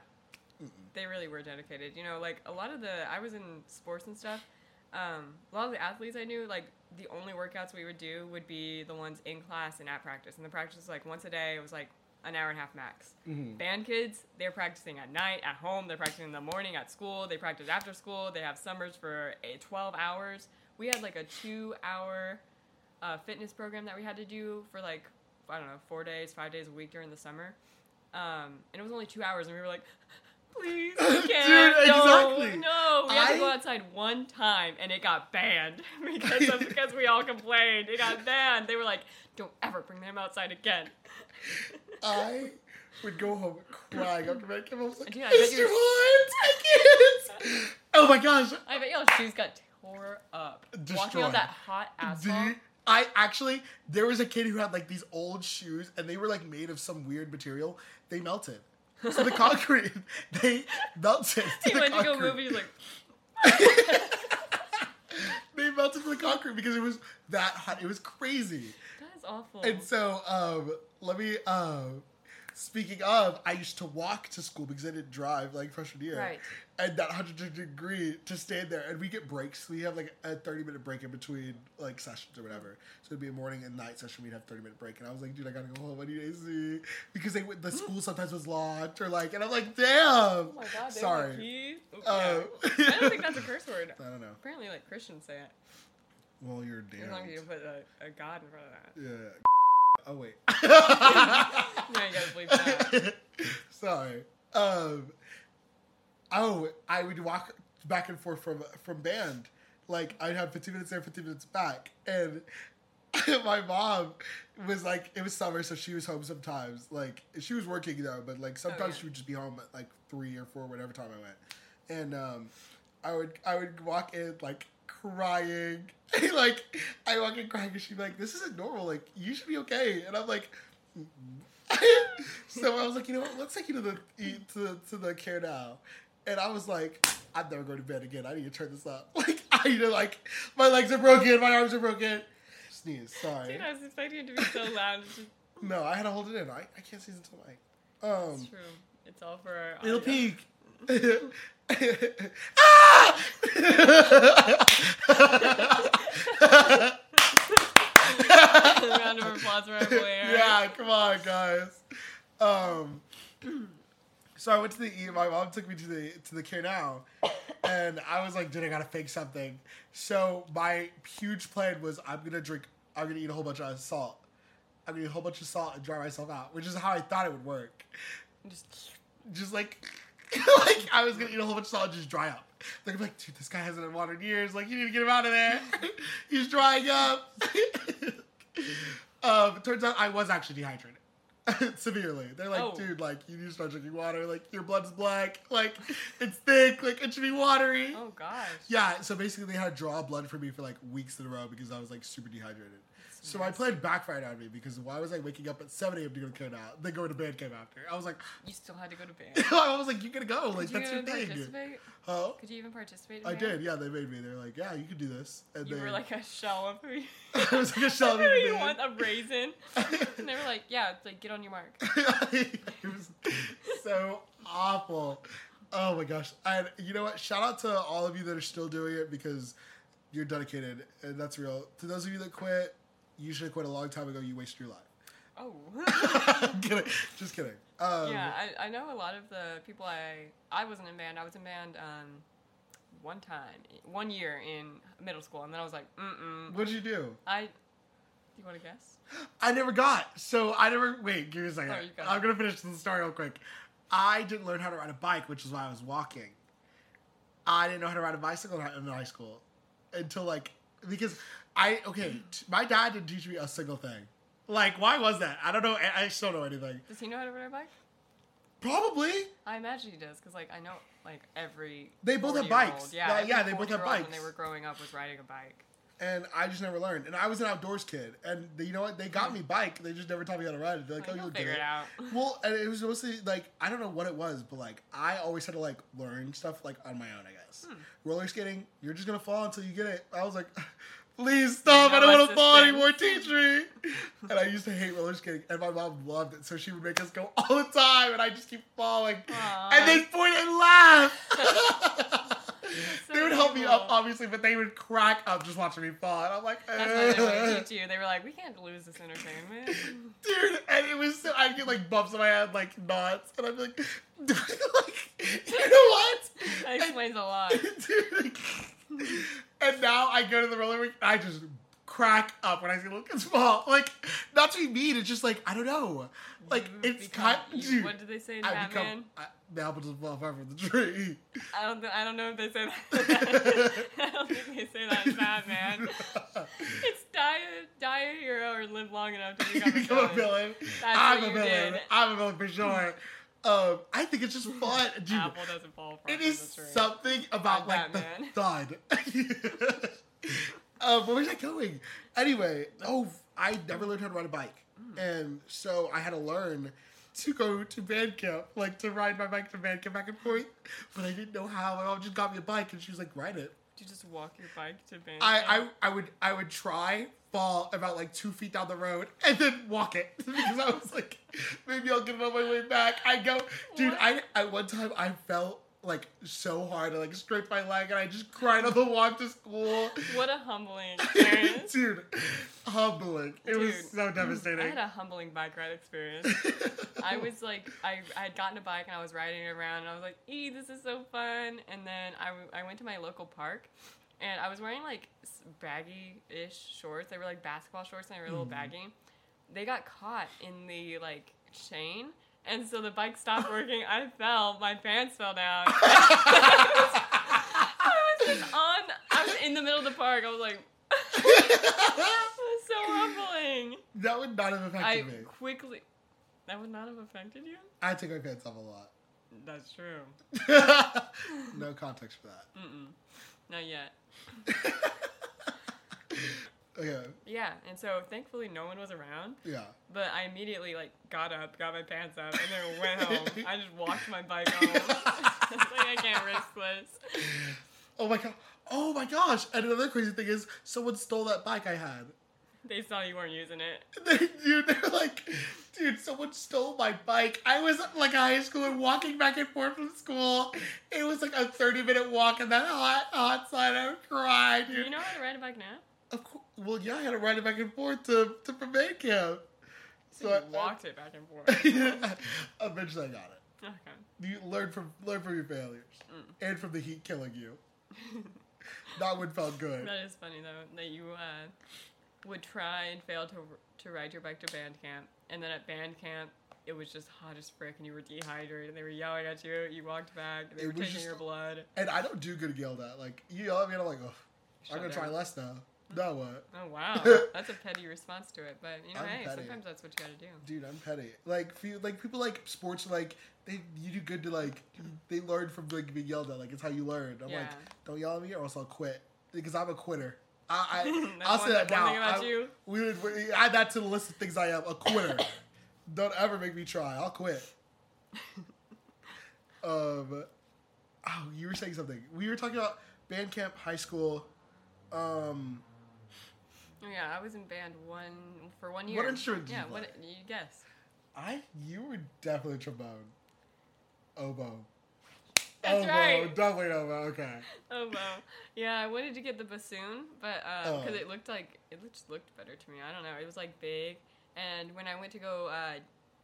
Speaker 2: They really were dedicated. You know, like a lot of the I was in sports and stuff. Um, a lot of the athletes I knew, like the only workouts we would do would be the ones in class and at practice. And the practice was like once a day. It was like an hour and a half max.
Speaker 1: Mm-hmm.
Speaker 2: Band kids, they're practicing at night, at home. They're practicing in the morning at school. They practice after school. They have summers for eh, twelve hours. We had like a two-hour uh, fitness program that we had to do for like I don't know four days, five days a week during the summer. Um, and it was only two hours, and we were like, *laughs* please, we can't,
Speaker 1: *laughs* Dude,
Speaker 2: no,
Speaker 1: exactly.
Speaker 2: no. Oh, We had
Speaker 1: I-
Speaker 2: to go outside one time, and it got banned *laughs* because
Speaker 1: *laughs*
Speaker 2: of, because we all complained. It got banned. They were like, don't ever bring them outside again.
Speaker 1: I would go home crying after my camp. I was like,
Speaker 2: Dude, I bet
Speaker 1: it's
Speaker 2: you're-
Speaker 1: too hot. I can't.
Speaker 2: *laughs*
Speaker 1: Oh my gosh.
Speaker 2: I bet y'all shoes got tore up walking
Speaker 1: Destroyed.
Speaker 2: on that hot
Speaker 1: *laughs*
Speaker 2: asphalt.
Speaker 1: Dude, I actually, there was a kid who had like these old shoes and they were like made of some weird material. They melted.
Speaker 2: *laughs*
Speaker 1: So the concrete, they melted. To
Speaker 2: He
Speaker 1: the
Speaker 2: went to go
Speaker 1: concrete.
Speaker 2: movie. He's
Speaker 1: *laughs*
Speaker 2: like,
Speaker 1: They melted to the concrete because it was that hot. It was crazy.
Speaker 2: that is awful.
Speaker 1: And so, um, let me. Um, speaking of, I used to walk to school because I didn't drive like freshman year.
Speaker 2: Right.
Speaker 1: And that hundred degree to stand there, and we get breaks. We have like a thirty minute break in between like sessions or whatever. So it'd be a morning and night session. We'd have thirty minute break, and I was like, dude, I gotta go home. I need AC because they went- the school sometimes was locked or like, and I'm like, damn.
Speaker 2: Mm.
Speaker 1: Um,
Speaker 2: oh my god, they
Speaker 1: sorry.
Speaker 2: Have a key? Oop,
Speaker 1: Uh,
Speaker 2: yeah. I don't think that's a curse word.
Speaker 1: *laughs* I don't know.
Speaker 2: Apparently, like Christians say it.
Speaker 1: Well, you're
Speaker 2: As long as you
Speaker 1: damned.
Speaker 2: put a, a god in front of that.
Speaker 1: Yeah. Oh
Speaker 2: *laughs*
Speaker 1: wait.
Speaker 2: Yeah, you gotta believe that.
Speaker 1: *laughs* Sorry. Um, oh, I would walk back and forth from from band. Like I'd have 15 minutes there, 15 minutes back, and *laughs* my mom was like, it was summer, so she was home sometimes. Like she was working though, but like sometimes
Speaker 2: yeah.
Speaker 1: she would just be home at like three or four, whatever time I went. And um, I would I would walk in like crying, *laughs* like I walk in crying, and she'd be like, "This isn't normal. Like you should be okay." And I'm like. e, so I was like, you know what? Let's take you to the to the, to the care now. And I was like, I'm never going to bed again. I need to turn this up. *laughs* Like I need to like my legs are broken, my arms are broken. Sneeze. Sorry.
Speaker 2: Dude, I was expecting it to be so loud. It's, just,
Speaker 1: No, I had to hold it in. I, I can't sneeze until I. Um,
Speaker 2: it's true. It's all for our.
Speaker 1: Little
Speaker 2: audio.
Speaker 1: Pig. *laughs* ah!
Speaker 2: *laughs* A *laughs*
Speaker 1: *laughs*
Speaker 2: round of applause for our boy. Eric.
Speaker 1: yeah, come on, guys. Um, so I went to the E. My mom took me to the to the care now, and I was like, "Dude, I gotta fake something." So my huge plan was, I'm gonna drink, I'm gonna eat a whole bunch of salt. I'm gonna eat a whole bunch of salt and dry myself out, which is how I thought it would work.
Speaker 2: Just
Speaker 1: Just like, *laughs* like I was gonna eat a whole bunch of salt and just dry up. Like I'm like, dude, this guy hasn't had water in years. Like you need to get him out of there. *laughs* He's drying up. *laughs* um, turns out I was actually dehydrated. *laughs* Severely. They're like,
Speaker 2: Oh.
Speaker 1: dude, like you need to start drinking water. Like your blood's black. Like it's thick. Like it should be watery.
Speaker 2: oh gosh.
Speaker 1: Yeah. So basically, they had to draw blood for me for like weeks in a row because I was like super dehydrated. So my plan backfired on me because why was I waking up at 7 a.m. to go to Kona, then going to band camp after? I was like,
Speaker 2: You still had to go
Speaker 1: *laughs*
Speaker 2: to band.
Speaker 1: I was like, you gotta go. Like
Speaker 2: Did you
Speaker 1: that's your
Speaker 2: even
Speaker 1: thing.
Speaker 2: participate?
Speaker 1: Huh?
Speaker 2: Could you even participate? In
Speaker 1: I
Speaker 2: band?
Speaker 1: did. Yeah, they made me. They were like, yeah, you can do this. And
Speaker 2: You
Speaker 1: they, *laughs*
Speaker 2: were like a shell of me.
Speaker 1: I was
Speaker 2: *laughs*
Speaker 1: like a *laughs* shell of a
Speaker 2: you
Speaker 1: man.
Speaker 2: want a raisin?
Speaker 1: *laughs*
Speaker 2: and they were like, yeah, it's like get on your mark.
Speaker 1: *laughs* it was so awful. Oh my gosh. And you know what? Shout out to all of you that are still doing it because you're dedicated and that's real. To those of you that quit, you should have quit a long time ago. You wasted your life. *laughs*
Speaker 2: Oh. *laughs*
Speaker 1: kidding. Just kidding. Um,
Speaker 2: yeah, I, I know a lot of the people I I wasn't in band. I was in band um one time, one year in middle school, and then I was like, mm mm.
Speaker 1: What'd you do?
Speaker 2: I. You want to guess?
Speaker 1: I never got. So I never. Wait, give me a second.
Speaker 2: Oh, you got it.
Speaker 1: I'm gonna finish the story real quick. I didn't learn how to ride a bike, which is why I was walking. I didn't know how to ride a bicycle in hi- in high school until like because I okay.
Speaker 2: *clears throat*
Speaker 1: t- my dad didn't teach me a single thing. Like, why was that? I don't know. I- I still don't know anything.
Speaker 2: Does he know how to ride a bike?
Speaker 1: Probably.
Speaker 2: I imagine he does, because like I know like every
Speaker 1: They both have
Speaker 2: 40-year-old
Speaker 1: bikes.
Speaker 2: Yeah,
Speaker 1: Yeah,
Speaker 2: every
Speaker 1: yeah, they both have
Speaker 2: 40-year-old When
Speaker 1: bikes.
Speaker 2: they were growing up, was riding a bike.
Speaker 1: And I just never learned. And I was an outdoors kid. And they- you know what? They got me bike. They just never taught me how to ride it. They're like,
Speaker 2: Like,
Speaker 1: oh,
Speaker 2: Hmm. you'll
Speaker 1: you'll
Speaker 2: figure
Speaker 1: do *laughs*
Speaker 2: it out. *laughs*
Speaker 1: Well, and it was mostly like I don't know what it was, but like I always had to like learn stuff like on my own. I guess
Speaker 2: Hmm.
Speaker 1: roller skating, you're just gonna fall until you get it. I was like, *laughs* please stop! I
Speaker 2: No
Speaker 1: don't want to fall
Speaker 2: assistance.
Speaker 1: anymore.
Speaker 2: *laughs*
Speaker 1: Teach me. and I used to hate roller skating, and my mom loved it, so she would make us go all the time, and I just keep falling,
Speaker 2: Aw.
Speaker 1: and they point and
Speaker 2: *laughs*
Speaker 1: laugh. *laughs*
Speaker 2: so
Speaker 1: they would help me up,
Speaker 2: adorable.
Speaker 1: obviously, but they would crack up just watching me fall, and I'm like,
Speaker 2: That's why they
Speaker 1: "Ugh."
Speaker 2: wanted to teach you. They were like, we can't lose this entertainment.
Speaker 1: *laughs* dude, and it was so I get like bumps in my head, like knots, and I'm like, *laughs* dude, like, you know what?
Speaker 2: That explains a lot.
Speaker 1: *laughs* Dude, like, and now I go to the roller rink, and I just crack up when I see look it's small. Like, not to be mean, it's just like I don't know. Like
Speaker 2: You
Speaker 1: it's
Speaker 2: become-
Speaker 1: kind,
Speaker 2: you-
Speaker 1: dude.
Speaker 2: What did they say in
Speaker 1: I
Speaker 2: Batman?
Speaker 1: become I, the apple doesn't fall far from the tree.
Speaker 2: I don't. Th- I don't know if they say
Speaker 1: *laughs*
Speaker 2: that. *laughs* I don't think they say that in Batman. It's die, a- die a hero or live long enough to
Speaker 1: *laughs* you
Speaker 2: become,
Speaker 1: become a villain.
Speaker 2: That's
Speaker 1: I'm
Speaker 2: what
Speaker 1: a
Speaker 2: you
Speaker 1: villain.
Speaker 2: did.
Speaker 1: I'm a villain for sure. um, I think it's just fun, dude.
Speaker 2: Apple doesn't fall far
Speaker 1: It
Speaker 2: from
Speaker 1: is
Speaker 2: the tree.
Speaker 1: something about like
Speaker 2: Like
Speaker 1: the
Speaker 2: Batman.
Speaker 1: thud. *laughs* uh, where was I going? Anyway, oh, I never learned how to ride a bike, and so I had to learn to go to band camp, like to ride my bike to band camp back and forth. But I didn't know how. My mom just got me a bike, and she was like, "Ride it."
Speaker 2: Do you just walk your bike to band?
Speaker 1: I, I, I would, I would try fall about like two feet down the road and then walk it *laughs* because I was like, maybe I'll get it on my way back. I go, dude.
Speaker 2: What?
Speaker 1: I, I one time I fell like so hard, I like scraped my leg, and I just cried on the walk to school.
Speaker 2: What a humbling experience.
Speaker 1: *laughs* dude, humbling. It was
Speaker 2: Dude.
Speaker 1: so
Speaker 2: I
Speaker 1: devastating.
Speaker 2: had a humbling bike ride experience.
Speaker 1: *laughs*
Speaker 2: I was like, I, I had gotten a bike and I was riding it around and I was like, ee, this is so fun. And then I, w- I went to my local park and I was wearing like s- baggy-ish shorts. They were like basketball shorts and they were a little
Speaker 1: Mm-hmm.
Speaker 2: baggy. They got caught in the like chain. And so the bike stopped working. I fell. My pants fell down. *laughs* I was just on, I was in the middle of the park. I was like, "Ah, it
Speaker 1: *laughs*
Speaker 2: was so humbling.
Speaker 1: that would not have affected
Speaker 2: I
Speaker 1: me.
Speaker 2: quickly. That would not have affected you?
Speaker 1: I take my pants off a lot.
Speaker 2: That's true.
Speaker 1: *laughs* no context for that.
Speaker 2: Mm-mm. Not yet. Mm-hmm.
Speaker 1: *laughs* Okay,
Speaker 2: Yeah, and so thankfully no one was around,
Speaker 1: yeah.
Speaker 2: but I immediately like *laughs* got up, got my pants up, and then went home. I just walked my bike home. I was like I can't priceless.
Speaker 1: Oh my god. Oh my gosh. And another crazy thing is someone stole that bike I had. *laughs*
Speaker 2: They saw you weren't using it.
Speaker 1: And they, dude, they're like, dude, someone stole my bike. I was like a high schooler walking back and forth from school. It was like a 30 minute walk in that hot, hot sun. I would cry,
Speaker 2: Do
Speaker 1: dude.
Speaker 2: you know how to ride a bike now?
Speaker 1: Of cour- well, yeah, I had to ride it back and forth to, to Permain Camp. So
Speaker 2: So, you
Speaker 1: I-
Speaker 2: walked it back and *laughs* forth.
Speaker 1: *laughs* Eventually I got it.
Speaker 2: okay.
Speaker 1: You learn from learn from your failures
Speaker 2: Mm.
Speaker 1: and from the heat killing you. That one felt good.
Speaker 2: *laughs* that is funny though that you uh, would try and fail to to ride your bike to band camp, and then at band camp it was just hot as frick, and you were dehydrated, and they were yelling at you. You walked back, they
Speaker 1: It
Speaker 2: were
Speaker 1: was
Speaker 2: taking
Speaker 1: just-
Speaker 2: your blood.
Speaker 1: And I don't do good yelled at. Like you yell at me, and I'm like, oh, I'm
Speaker 2: Shut
Speaker 1: gonna try
Speaker 2: down.
Speaker 1: less now. No, what,
Speaker 2: Oh
Speaker 1: *laughs*
Speaker 2: wow, that's a petty response to it, but you know,
Speaker 1: I'm
Speaker 2: hey,
Speaker 1: petty.
Speaker 2: sometimes that's what you got to do.
Speaker 1: dude? I'm petty. Like few, like people like sports. Like they, you do good to like. They learn from like being yelled at. Like it's how you learn. I'm like,
Speaker 2: Yeah.
Speaker 1: don't yell at me, or else I'll quit. Because I'm a quitter. I, I
Speaker 2: *laughs* That's
Speaker 1: I'll say
Speaker 2: one-
Speaker 1: that
Speaker 2: that's
Speaker 1: now.
Speaker 2: one thing about
Speaker 1: I-
Speaker 2: you.
Speaker 1: We would we- add that to the list of things I am. A
Speaker 2: *coughs*
Speaker 1: quitter. don't ever make me try. I'll quit.
Speaker 2: *laughs*
Speaker 1: um, oh, you were saying something. We were talking about band camp, high school. Um.
Speaker 2: Oh, Yeah, I was in band one for one
Speaker 1: What
Speaker 2: year.
Speaker 1: instrument did
Speaker 2: Yeah,
Speaker 1: you
Speaker 2: what
Speaker 1: play?
Speaker 2: you guess?
Speaker 1: I you were definitely trombone. Oboe.
Speaker 2: That's
Speaker 1: oboe,
Speaker 2: right.
Speaker 1: definitely oboe, okay.
Speaker 2: Oh wow. Yeah, I wanted to get the bassoon, but because
Speaker 1: Oh.
Speaker 2: it looked like it looked- just looked better to me. I don't know. It was like big, and when I went to go uh,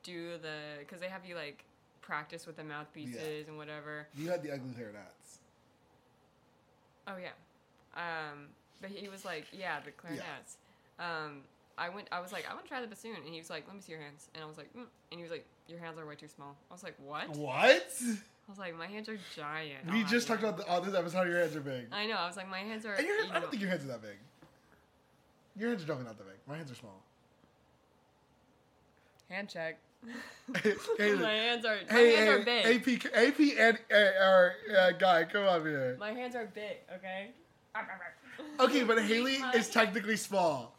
Speaker 2: do the, because they have you like practice with the mouthpieces and whatever.
Speaker 1: You had the ugly clarinets.
Speaker 2: Oh yeah. Um, but he was like, yeah, the clarinets. Um, I went. I was like, I want to try the bassoon, and he was like, let me see your hands, and I was like, mm. and he was like, your hands are way too small. I was like, what?
Speaker 1: What?
Speaker 2: I was like, my hands are giant.
Speaker 1: We
Speaker 2: I'll
Speaker 1: just talked
Speaker 2: have you know."
Speaker 1: about the, on this episode how your hands are big.
Speaker 2: I know. I was like, my hands are.
Speaker 1: And your hands, I
Speaker 2: you
Speaker 1: don't think your hands are that big. Your hands are definitely not that big. My hands are small.
Speaker 2: Hand check.
Speaker 1: *laughs* Hey,
Speaker 2: my hands are my
Speaker 1: hey,
Speaker 2: hands
Speaker 1: hey,
Speaker 2: are big.
Speaker 1: AP, AP and uh, our uh, guy, come up here.
Speaker 2: My hands are big,
Speaker 1: *laughs*
Speaker 2: okay?
Speaker 1: Okay, but Haley
Speaker 3: My-
Speaker 1: is technically small.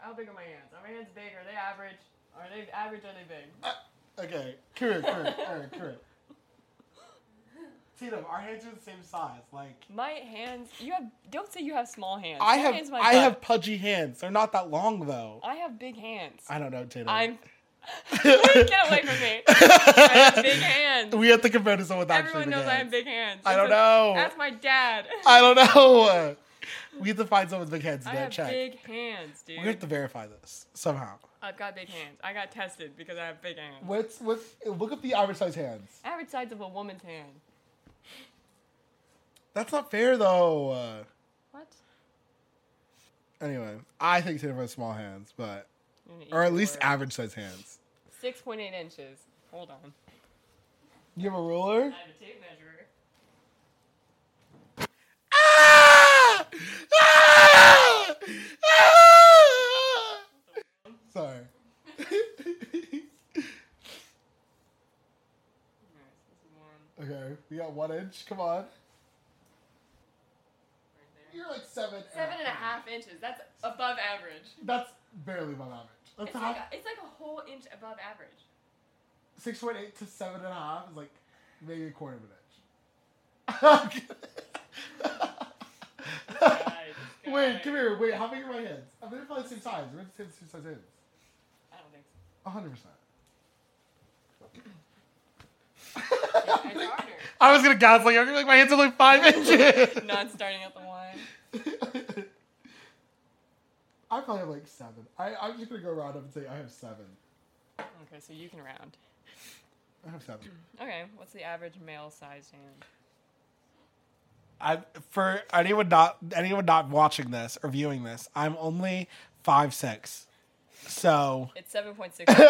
Speaker 2: How big are my hands? Are my hands big? Are they average? Are they average? Are they big?
Speaker 1: Okay, correct, correct, correct, correct. Tina, our hands are the same size. Like,
Speaker 2: My hands. You have. Don't say you have small hands.
Speaker 1: I
Speaker 2: My
Speaker 1: have
Speaker 2: hands, my
Speaker 1: I
Speaker 2: butt.
Speaker 1: have pudgy hands. They're not that long though.
Speaker 2: I have big hands.
Speaker 1: I don't know, Tatum. *laughs*
Speaker 2: I'm. *laughs* Get away from me. I
Speaker 1: *laughs*
Speaker 2: have big hands.
Speaker 1: We have to compare to someone with actually
Speaker 2: Everyone
Speaker 1: big
Speaker 2: knows I have
Speaker 1: hands.
Speaker 2: big hands.
Speaker 1: I don't
Speaker 2: That's
Speaker 1: know.
Speaker 2: a- That's my dad. *laughs*
Speaker 1: I don't know. We have to find someone with big hands
Speaker 2: I
Speaker 1: today.
Speaker 2: have
Speaker 1: Check.
Speaker 2: big hands, dude.
Speaker 1: We have to verify this somehow.
Speaker 2: I've got big hands. I got tested because I have big hands.
Speaker 1: What's what's look up the average size hands.
Speaker 2: Average size of a woman's hand.
Speaker 1: That's not fair though. Uh,
Speaker 2: What?
Speaker 1: anyway, I think Tatum has small hands, but
Speaker 2: I'm gonna eat
Speaker 1: or at
Speaker 2: your
Speaker 1: least
Speaker 2: word.
Speaker 1: average size hands.
Speaker 2: Six point eight inches. Hold on.
Speaker 1: You have a ruler?
Speaker 2: I have a tape measure.
Speaker 1: Ah! Ah! Ah! Sorry. *laughs*
Speaker 2: Alright, so this is one
Speaker 1: okay, we got one inch. Come on.
Speaker 2: right there.
Speaker 1: You're like seven.
Speaker 2: Seven and a half inches. That's above average.
Speaker 1: That's barely above average. That's
Speaker 2: It's
Speaker 1: a
Speaker 2: like
Speaker 1: half.
Speaker 2: a, it's like a whole inch above average.
Speaker 1: Six point eight to seven and a half is like maybe a quarter of an inch. *laughs*
Speaker 2: guy, this guy.
Speaker 1: wait, come here. Wait, how big are my hands? I mean, they're probably the same size. We're the same same size hands.
Speaker 2: I don't think so.
Speaker 1: A hundred percent. *coughs*
Speaker 2: Yeah, it's harder.
Speaker 1: I was gonna guess like I'm like my hands are like five inches.
Speaker 2: *laughs* Not starting at the one.
Speaker 1: I probably have like seven. I, I'm just gonna go round up and say I have seven.
Speaker 2: Okay, so you can round.
Speaker 1: I have seven.
Speaker 2: Okay, what's the average male sized hand?
Speaker 1: I for anyone not anyone not watching this or viewing this, I'm only five six. So
Speaker 2: It's seven point
Speaker 1: *laughs*
Speaker 2: six. *laughs*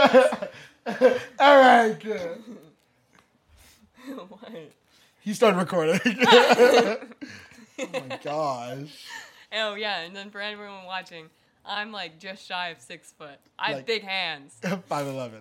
Speaker 1: all right, good.
Speaker 2: what?
Speaker 1: He started recording. *laughs* oh my gosh.
Speaker 2: Oh yeah, and then for everyone watching, I'm like just shy of six foot. I have
Speaker 1: Like-
Speaker 2: big hands.
Speaker 1: *laughs* Five eleven.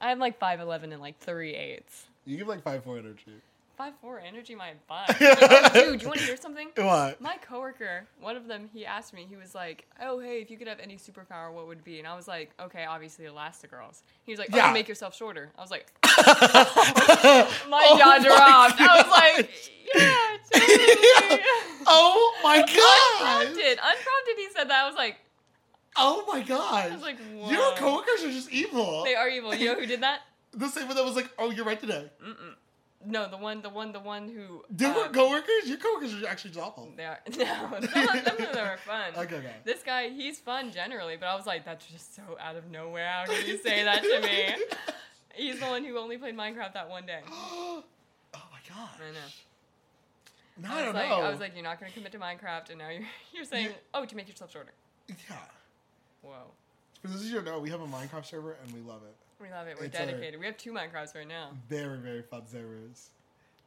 Speaker 2: I'm like five eleven and like three eighths.
Speaker 1: You give like five oh four energy.
Speaker 2: Five four energy my
Speaker 1: *laughs*
Speaker 2: butt. Oh, dude, you want to hear something?
Speaker 1: What?
Speaker 2: *laughs* My coworker, one of them, he asked me. He was like, "Oh hey, if you could have any superpower, what would it be?" And I was like, "Okay, obviously Elastigirls." He was like, "Oh,
Speaker 1: Yeah. *laughs*
Speaker 2: make yourself shorter." I was like,
Speaker 1: Oh my
Speaker 2: "My jaw dropped." I was
Speaker 1: *laughs* Oh my god!
Speaker 2: Unprompted, unprompted, he said that. I was like,
Speaker 1: Oh my god!
Speaker 2: I was like, Whoa.
Speaker 1: Your coworkers are just evil.
Speaker 2: They are evil. You know who did that?
Speaker 1: *laughs* The same one that was like, "Oh, you're right today."
Speaker 2: Mm-mm. No, the one, the one, the one who.
Speaker 1: They were
Speaker 2: um,
Speaker 1: coworkers. Your coworkers are actually just awful.
Speaker 2: They are *laughs* no, some of, some of them
Speaker 1: *laughs*
Speaker 2: are fun.
Speaker 1: Okay, okay.
Speaker 2: This guy, he's fun generally, but I was like, that's just so out of nowhere. How can you say that
Speaker 1: *laughs*
Speaker 2: to me? He's the one who only played Minecraft that one day.
Speaker 1: *gasps* oh my god!
Speaker 2: I know.
Speaker 1: No,
Speaker 2: I,
Speaker 1: I,
Speaker 2: was
Speaker 1: don't
Speaker 2: like,
Speaker 1: know.
Speaker 2: I was like, you're not going to commit to Minecraft, and now you're *laughs* you're saying,
Speaker 1: Yeah.
Speaker 2: oh, to make yourself shorter.
Speaker 1: yeah.
Speaker 2: Whoa,
Speaker 1: For those of you who don't know, we have a Minecraft server and we love it.
Speaker 2: we love it. We're
Speaker 1: It's alright.
Speaker 2: dedicated. We have two Minecrafts right now.
Speaker 1: Very, very fun servers.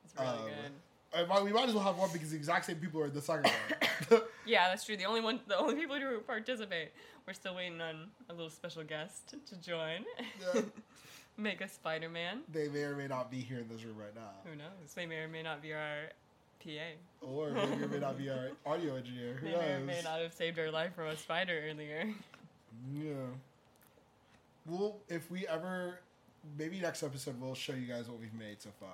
Speaker 2: It's really
Speaker 1: Um,
Speaker 2: good.
Speaker 1: I might- We might as well have one because the exact same people are in the soccer game.
Speaker 2: *coughs* Yeah, that's true. The only one, the only people who participate, we're still waiting on a little special guest to join. *laughs*
Speaker 1: Yeah.
Speaker 2: Make a Spider Man.
Speaker 1: *laughs* they may or may not be here in this room right now,
Speaker 2: Who knows? They may or may not be our PA.
Speaker 1: or maybe or may not be our audio engineer. Who
Speaker 2: They
Speaker 1: knows?
Speaker 2: may or may not have saved our life from a spider earlier.
Speaker 1: Yeah. Well, if we ever, maybe next episode we'll show you guys what we've made so far.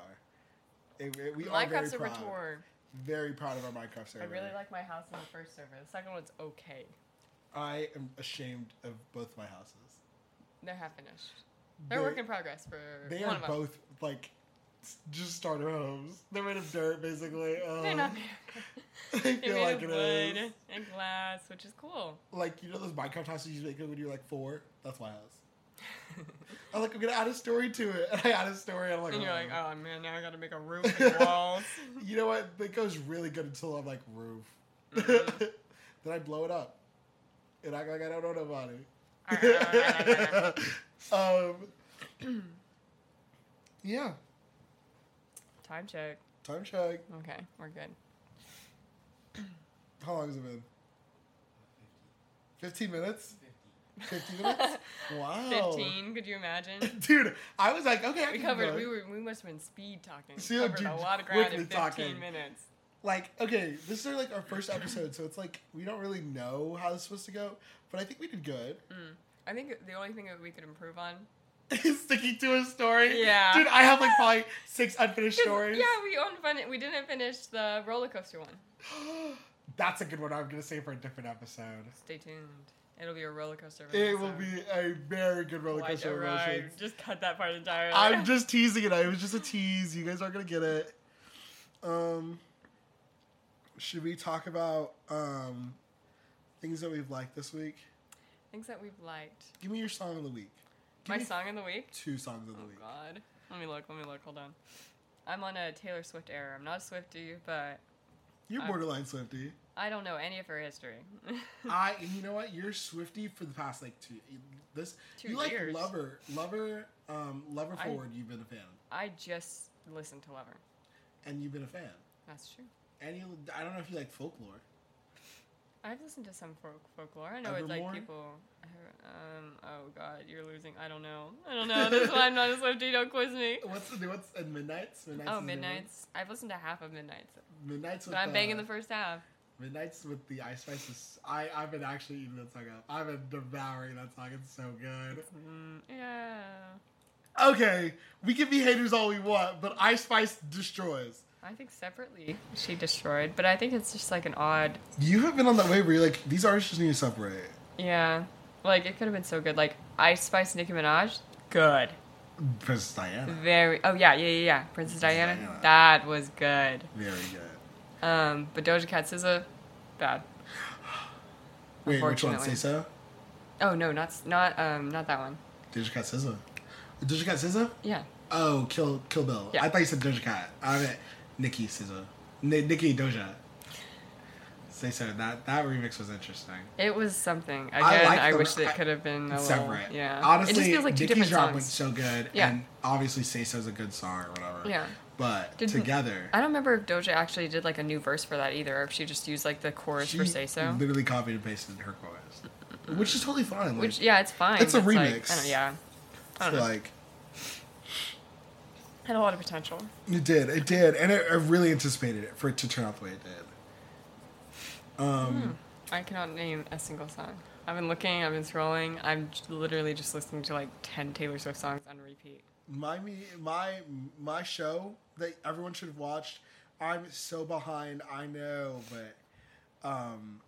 Speaker 1: It- it- we are very
Speaker 2: Minecraft's a
Speaker 1: proud.
Speaker 2: tour.
Speaker 1: Very proud of our Minecraft server.
Speaker 2: I really like my house in the first server. The second one's okay.
Speaker 1: I am ashamed of both my houses.
Speaker 2: They're half finished. They're
Speaker 1: They-
Speaker 2: work in progress for
Speaker 1: They are
Speaker 2: one of them.
Speaker 1: both like s- just starter homes. They're made of dirt, basically. Uh,
Speaker 2: They're not.
Speaker 1: *laughs*
Speaker 2: *laughs*
Speaker 1: I
Speaker 2: They're
Speaker 1: feel
Speaker 2: made
Speaker 1: like
Speaker 2: of
Speaker 1: it
Speaker 2: wood
Speaker 1: is.
Speaker 2: and glass, which is cool.
Speaker 1: Like you know those Minecraft houses you make when you're like four. That's my house. I'm like I'm gonna add a story to it, *laughs* and I add a story. And I'm like,
Speaker 2: and you're
Speaker 1: "Oh."
Speaker 2: like, oh man, now I gotta make a roof and
Speaker 1: *laughs*
Speaker 2: walls.
Speaker 1: You know what? That goes really good until I'm like roof.
Speaker 2: Mhm.
Speaker 1: *laughs* then I blow it up and act like I don't know nobody. *laughs* um, *clears throat* yeah,
Speaker 2: Time check.
Speaker 1: time check.
Speaker 2: Okay, we're good.
Speaker 1: How long has it been? Fifteen minutes. Fifteen
Speaker 2: *laughs*
Speaker 1: minutes. Wow.
Speaker 2: Fifteen? Could
Speaker 1: *laughs*
Speaker 2: you imagine?
Speaker 1: Dude, I was like, okay, I
Speaker 2: We
Speaker 1: can
Speaker 2: covered.
Speaker 1: go.
Speaker 2: We were. We must have been speed talking.
Speaker 1: See,
Speaker 2: We covered
Speaker 1: dude,
Speaker 2: a lot of ground
Speaker 1: quickly
Speaker 2: in fifteen
Speaker 1: talking.
Speaker 2: minutes.
Speaker 1: like okay this is like our first episode so it's like we don't really know how this is supposed to go but i think we did good
Speaker 2: Mm. I think the only thing that we could improve on.
Speaker 1: *laughs* sticking to a story
Speaker 2: Yeah.
Speaker 1: dude i have like probably six unfinished
Speaker 2: 'Cause,
Speaker 1: stories *gasps*
Speaker 2: *laughs* Yeah, we unfin- We didn't finish the roller coaster one.
Speaker 1: that's a good one i'm gonna say for a different episode
Speaker 2: Stay tuned. It'll be a roller coaster. of an
Speaker 1: it will
Speaker 2: episode.
Speaker 1: be a very good roller
Speaker 2: Quite
Speaker 1: coaster
Speaker 2: a
Speaker 1: of
Speaker 2: ride.
Speaker 1: emotions
Speaker 2: Just cut that part entirely.
Speaker 1: i'm just teasing it it was just a tease you guys aren't gonna get it um should we talk about um things that we've liked this week
Speaker 2: *laughs* Things that we've liked.
Speaker 1: give me your song of the week give
Speaker 2: My
Speaker 1: me
Speaker 2: song of the week.
Speaker 1: two songs of the
Speaker 2: Oh
Speaker 1: week
Speaker 2: God. Let me look. Let me look. Hold on. I'm on a Taylor Swift error. I'm not a Swifty, but
Speaker 1: You're
Speaker 2: I-
Speaker 1: borderline Swifty.
Speaker 2: I don't know any of her history. *laughs*
Speaker 1: I, you know what? You're Swifty for the past like two. This
Speaker 2: Two
Speaker 1: you like
Speaker 2: years.
Speaker 1: lover, lover, um, lover
Speaker 2: I-
Speaker 1: forward. You've been a fan,
Speaker 2: I just listened to Lover.
Speaker 1: and you've been a fan,
Speaker 2: That's true.
Speaker 1: and you. I don't know if you like folklore.
Speaker 2: I've listened to some folk folklore. I know it's like
Speaker 1: Evermore?
Speaker 2: people. Um. Oh God, you're losing. I don't know. I don't know. That's why I'm not a Swifty. Don't
Speaker 1: *laughs*
Speaker 2: quiz me.
Speaker 1: What's the what's and midnights? midnights
Speaker 2: Oh,
Speaker 1: is the new one?
Speaker 2: Midnight's. I've listened to half of Midnight's,
Speaker 1: Midnights with
Speaker 2: but I'm banging
Speaker 1: uh,
Speaker 2: the first half.
Speaker 1: midnights with the ice spice. Is, I I've been actually eating that song up. I've been devouring that song. It's so good.
Speaker 2: Mm, yeah.
Speaker 1: Okay, we can be haters all we want, but ice spice destroys.
Speaker 2: I think separately she destroyed, but I think it's just like an odd.
Speaker 1: You have been on that wave where you're like these artists just need to separate.
Speaker 2: Yeah. Like it could have been so good. Like Ice Spice, Nicki Minaj. Good.
Speaker 1: Princess Diana.
Speaker 2: Very. Oh yeah, yeah, yeah. yeah. Princess Diana.
Speaker 1: Diana.
Speaker 2: That was good.
Speaker 1: Very good.
Speaker 2: Um. But Doja Cat SZA. Bad.
Speaker 1: *gasps* Wait, which one?
Speaker 2: Unfortunately.
Speaker 1: Say so?
Speaker 2: Oh no, not s- not um not that one.
Speaker 1: Doja Cat SZA. Doja Cat SZA?
Speaker 2: Yeah.
Speaker 1: Oh, Kill Kill Bill.
Speaker 2: Yeah.
Speaker 1: I thought you said Doja Cat. I meant Nikki SZA. Ni- Nikki Doja. Say so. That that remix was interesting.
Speaker 2: It was something. Again,
Speaker 1: I
Speaker 2: I,
Speaker 1: like the-
Speaker 2: wish that
Speaker 1: I-
Speaker 2: it could have been a
Speaker 1: Separate.
Speaker 2: little. Yeah.
Speaker 1: Honestly,
Speaker 2: it just feels like two
Speaker 1: Nicki's
Speaker 2: different
Speaker 1: drop was
Speaker 2: songs.
Speaker 1: so good.
Speaker 2: Yeah.
Speaker 1: And obviously, Say So's a good song or whatever.
Speaker 2: Yeah.
Speaker 1: But
Speaker 2: Didn't-
Speaker 1: together.
Speaker 2: I don't remember if Doja actually did like a new verse for that either, or if she just used like the chorus
Speaker 1: she
Speaker 2: for "Say So."
Speaker 1: Literally copied and pasted her chorus, which is totally fine.
Speaker 2: Which
Speaker 1: like,
Speaker 2: yeah, it's fine.
Speaker 1: It's a
Speaker 2: like,
Speaker 1: remix.
Speaker 2: I don't, yeah, I don't know.
Speaker 1: like
Speaker 2: had a lot of potential.
Speaker 1: It did. It did, and it, I really anticipated it for it to turn out the way it did. Um,
Speaker 2: I cannot name a single song. I've been looking. I've been scrolling. I'm j- literally just listening to like ten Taylor Swift songs on repeat.
Speaker 1: my me, my my show that everyone should have watched. I'm so behind. I know, but Um,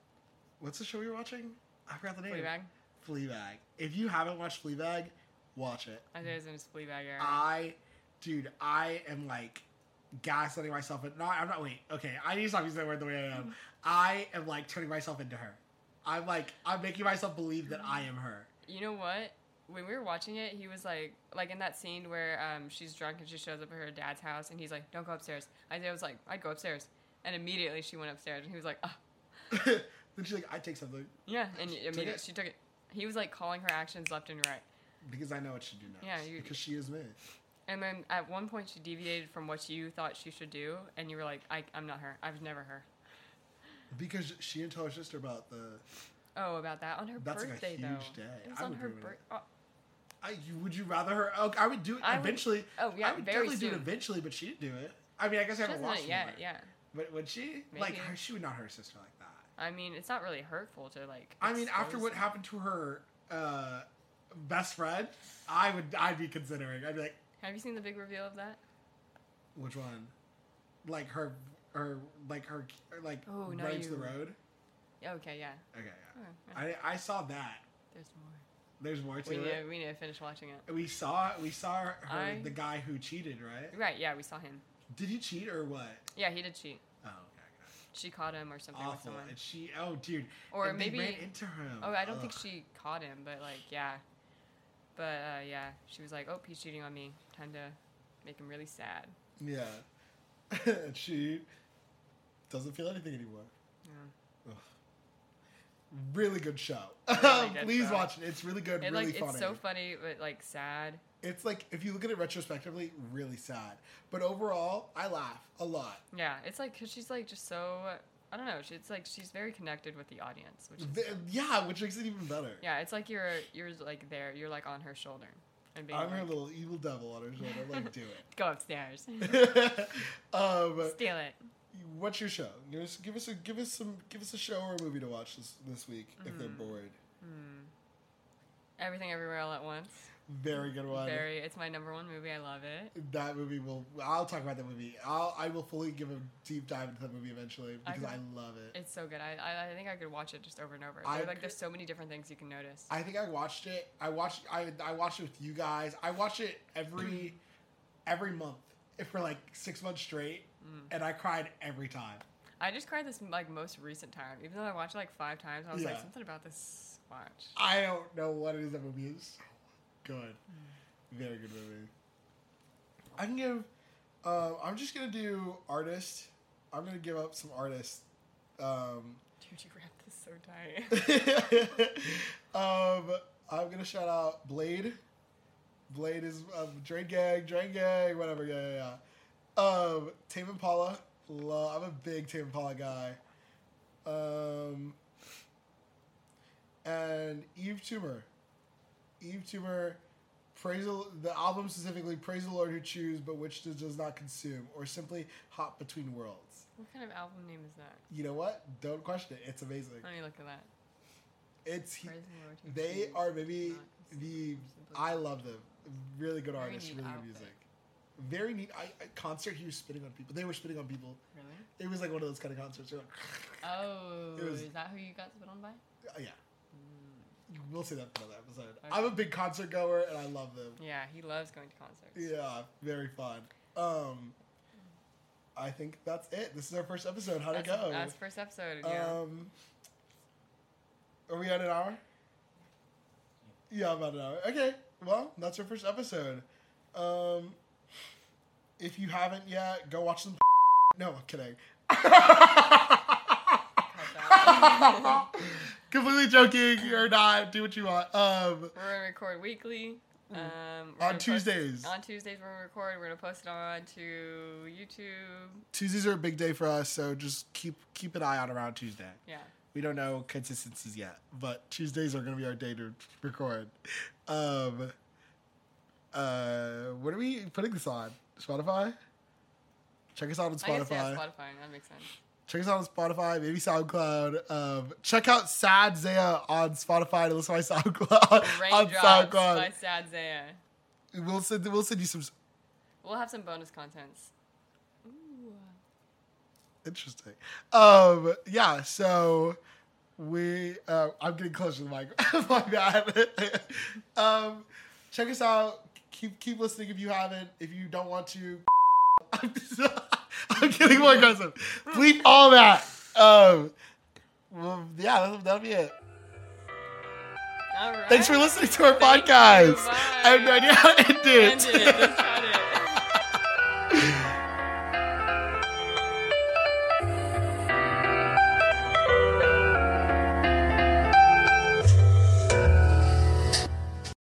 Speaker 1: what's the show we were watching? I forgot the name.
Speaker 2: Fleabag.
Speaker 1: Fleabag. If you haven't watched Fleabag, watch it.
Speaker 2: I think it's in his Fleabag era.
Speaker 1: I, dude, I am like gaslighting myself, but not. I'm not. Wait, okay. I need to stop using that word the way I
Speaker 2: *laughs*
Speaker 1: am. I am like turning myself into her. I'm like I'm making myself believe that I am her. *laughs*
Speaker 2: you know what? When we were watching it, he was like, like in that scene where um, she's drunk and she shows up at her dad's house, and he's like, "Don't go upstairs." Isaiah was like, "I'd go upstairs," and immediately she went upstairs, and he was like, "Ah,
Speaker 1: then she's like, I take something
Speaker 2: yeah," and
Speaker 1: She took
Speaker 2: immediately
Speaker 1: it.
Speaker 2: she took it. He was like calling her actions left and right,
Speaker 1: because I know what she do next.
Speaker 2: Yeah, you-
Speaker 1: because she is me.
Speaker 2: and then at one point she deviated from what you thought she should do, and you were like, I, "I'm not her. I was never her."
Speaker 1: Because she didn't tell her sister about the.
Speaker 2: Oh, about that on her
Speaker 1: That's, like, a
Speaker 2: birthday
Speaker 1: huge
Speaker 2: though.
Speaker 1: day.
Speaker 2: It was
Speaker 1: I
Speaker 2: on
Speaker 1: would
Speaker 2: her
Speaker 1: ruin it.
Speaker 2: birthday. Oh,
Speaker 1: I you, would you rather her? Okay, I would do it
Speaker 2: I would-
Speaker 1: eventually.
Speaker 2: oh, yeah,
Speaker 1: I would
Speaker 2: very
Speaker 1: definitely do it
Speaker 2: soon.
Speaker 1: eventually, but she didn't do it. I mean, I guess I
Speaker 2: She
Speaker 1: haven't
Speaker 2: hasn't done
Speaker 1: watched
Speaker 2: it yet.
Speaker 1: it.
Speaker 2: Yeah,
Speaker 1: But would she? Like,
Speaker 2: Maybe.
Speaker 1: her, she would not hurt her sister like that.
Speaker 2: I mean, it's not really hurtful to like.
Speaker 1: I mean, after
Speaker 2: expose
Speaker 1: what
Speaker 2: someone.
Speaker 1: happened to her uh, best friend, I would I'd be considering. I'd be like,
Speaker 2: Have you seen the big reveal of that?
Speaker 1: which one? Like her, her, like her, like
Speaker 2: Oh, now
Speaker 1: right to the
Speaker 2: you-
Speaker 1: road.
Speaker 2: Yeah, Okay, yeah.
Speaker 1: Okay,
Speaker 2: Oh,
Speaker 1: yeah.
Speaker 2: yeah.
Speaker 1: I I saw that.
Speaker 2: There's more.
Speaker 1: There's more to
Speaker 2: We
Speaker 1: it.
Speaker 2: need, we need to finish watching it.
Speaker 1: We saw we saw her,
Speaker 2: I-
Speaker 1: the guy who cheated, right?
Speaker 2: Right, yeah, we saw him.
Speaker 1: Did he cheat or what?
Speaker 2: Yeah, he did cheat.
Speaker 1: Oh, okay,
Speaker 2: She caught him or
Speaker 1: okay.
Speaker 2: something with
Speaker 1: awful.
Speaker 2: someone.
Speaker 1: And she, oh, dude,
Speaker 2: Or
Speaker 1: And they
Speaker 2: maybe.
Speaker 1: ran into him.
Speaker 2: Oh, I don't think
Speaker 1: Ugh.
Speaker 2: she caught him, but like, yeah. But uh, yeah, she was like, oh, he's cheating on me. Time to make him really sad.
Speaker 1: Yeah, And *laughs* she doesn't feel anything anymore.
Speaker 2: Yeah.
Speaker 1: Really good show.
Speaker 2: *laughs* Really
Speaker 1: *laughs*
Speaker 2: good
Speaker 1: Please
Speaker 2: show.
Speaker 1: watch it. It's really good.
Speaker 2: It,
Speaker 1: really
Speaker 2: like,
Speaker 1: funny.
Speaker 2: it's so funny, but like sad.
Speaker 1: It's like if you look at it retrospectively, really sad. But overall, I laugh a lot.
Speaker 2: Yeah, it's like, cause she's like just so. I don't know. She, it's like she's very connected with the audience, which is.
Speaker 1: Th- yeah, which makes it even better.
Speaker 2: yeah, it's like you're you're like there. You're like on her shoulder, and being
Speaker 1: I'm her
Speaker 2: like,
Speaker 1: little evil devil on her shoulder. Like, do it.
Speaker 2: go
Speaker 1: *laughs*
Speaker 2: upstairs, *laughs*
Speaker 1: um,
Speaker 2: steal it.
Speaker 1: what's your show? Give us, give us a, give us some, give us a show or a movie to watch this this week if
Speaker 2: Mm.
Speaker 1: they're bored.
Speaker 2: Hmm. Everything Everywhere All at Once.
Speaker 1: Very good one.
Speaker 2: Very. It's my number one movie. I love it.
Speaker 1: That movie will. I'll talk about that movie. I'll. I will fully give a deep dive into that movie eventually
Speaker 2: I
Speaker 1: because I,
Speaker 2: could-
Speaker 1: love it.
Speaker 2: It's so good. I, I, I think I could watch it just over and over.
Speaker 1: I
Speaker 2: There- like
Speaker 1: could-
Speaker 2: there's so many different things you can notice.
Speaker 1: I think I watched it. I watched. I I watched it with you guys. I watched it every every month for like six months straight,
Speaker 2: Mm.
Speaker 1: and I cried every time.
Speaker 2: I just cried this like most recent time, even though I watched it like five times. I was like
Speaker 1: Yeah.
Speaker 2: something about this watch.
Speaker 1: I don't know what it is that movie is. so Good, very good movie. I can give. Uh, I'm just gonna do artist. I'm gonna give up some artists. Um,
Speaker 2: Dude, you wrapped this so
Speaker 1: *laughs*
Speaker 2: tight.
Speaker 1: um, I'm gonna shout out Blade. Blade is um, Drain Gang, Drain Gang, whatever. Yeah, yeah, yeah. Um, Tame Impala. Love. I'm a big Tame Impala guy. Um, and Eve Toomer. Eve Toomer. Praise the, the album specifically. Praise the Lord who choose, but which does, does not consume, or simply hop between worlds.
Speaker 2: what kind of album name is that?
Speaker 1: You know what? Don't question it. It's amazing.
Speaker 2: Let me look at that.
Speaker 1: It's he,
Speaker 2: Praise the Lord who
Speaker 1: they
Speaker 2: chooses
Speaker 1: are maybe
Speaker 2: not to sin.
Speaker 1: the I love them. Really good
Speaker 2: Very
Speaker 1: artists,
Speaker 2: neat
Speaker 1: really good
Speaker 2: outfit.
Speaker 1: music. Very neat. I, I concert he was spitting on people. They were spitting on people.
Speaker 2: Really?
Speaker 1: It was like one of those kind of concerts. You're like,
Speaker 2: Oh,
Speaker 1: It was-
Speaker 2: is that who you got spit on by?
Speaker 1: *laughs* yeah. We'll say that for another episode.
Speaker 2: Okay.
Speaker 1: I'm a big concert goer and I love them.
Speaker 2: Yeah, he loves going to concerts.
Speaker 1: Yeah, very fun. Um, I think that's it. This is our first episode. How'd
Speaker 2: that's,
Speaker 1: it go?
Speaker 2: That's first episode. Yeah.
Speaker 1: Um, are we at an hour? Yeah, about an hour. Okay. Well, that's our first episode. Um, if you haven't yet, go watch some. *laughs* No, I'm kidding. *laughs*
Speaker 2: *laughs* that.
Speaker 1: Completely joking or not. Do what you want. Um,
Speaker 2: We're gonna record weekly. Um, we're gonna
Speaker 1: on
Speaker 2: post-
Speaker 1: Tuesdays.
Speaker 2: on Tuesdays we're gonna record. We're gonna post it on to YouTube.
Speaker 1: Tuesdays are a big day for us, so just keep keep an eye out around Tuesday.
Speaker 2: Yeah.
Speaker 1: We don't know consistencies yet, but Tuesdays are going to be our day to record. Um, uh, what are we putting this on? Spotify? Check us out on
Speaker 2: I guess yeah,
Speaker 1: Spotify.
Speaker 2: Spotify. That makes sense.
Speaker 1: Check us out on Spotify, maybe SoundCloud. Um, check out Sad Zaya on Spotify to listen to my *laughs* SoundCloud. on
Speaker 2: Raindrops by
Speaker 1: SoundCloud.
Speaker 2: Sad Zaya.
Speaker 1: We'll, send, we'll send you some.
Speaker 2: We'll have some bonus contents. Ooh.
Speaker 1: Interesting. Um, yeah, so we uh, I'm getting closer to the mic. *laughs* My bad. um, check us out. Keep keep listening if you haven't. If you don't want to, *laughs* I'm, just, *laughs* I'm getting more aggressive. Bleep all that. Um, well, yeah, that'll, that'll be it.
Speaker 2: All right.
Speaker 1: Thanks for listening to our
Speaker 2: Thank you.
Speaker 1: podcast.
Speaker 2: Bye.
Speaker 1: I have no idea how to end it.
Speaker 2: End it. That's fine.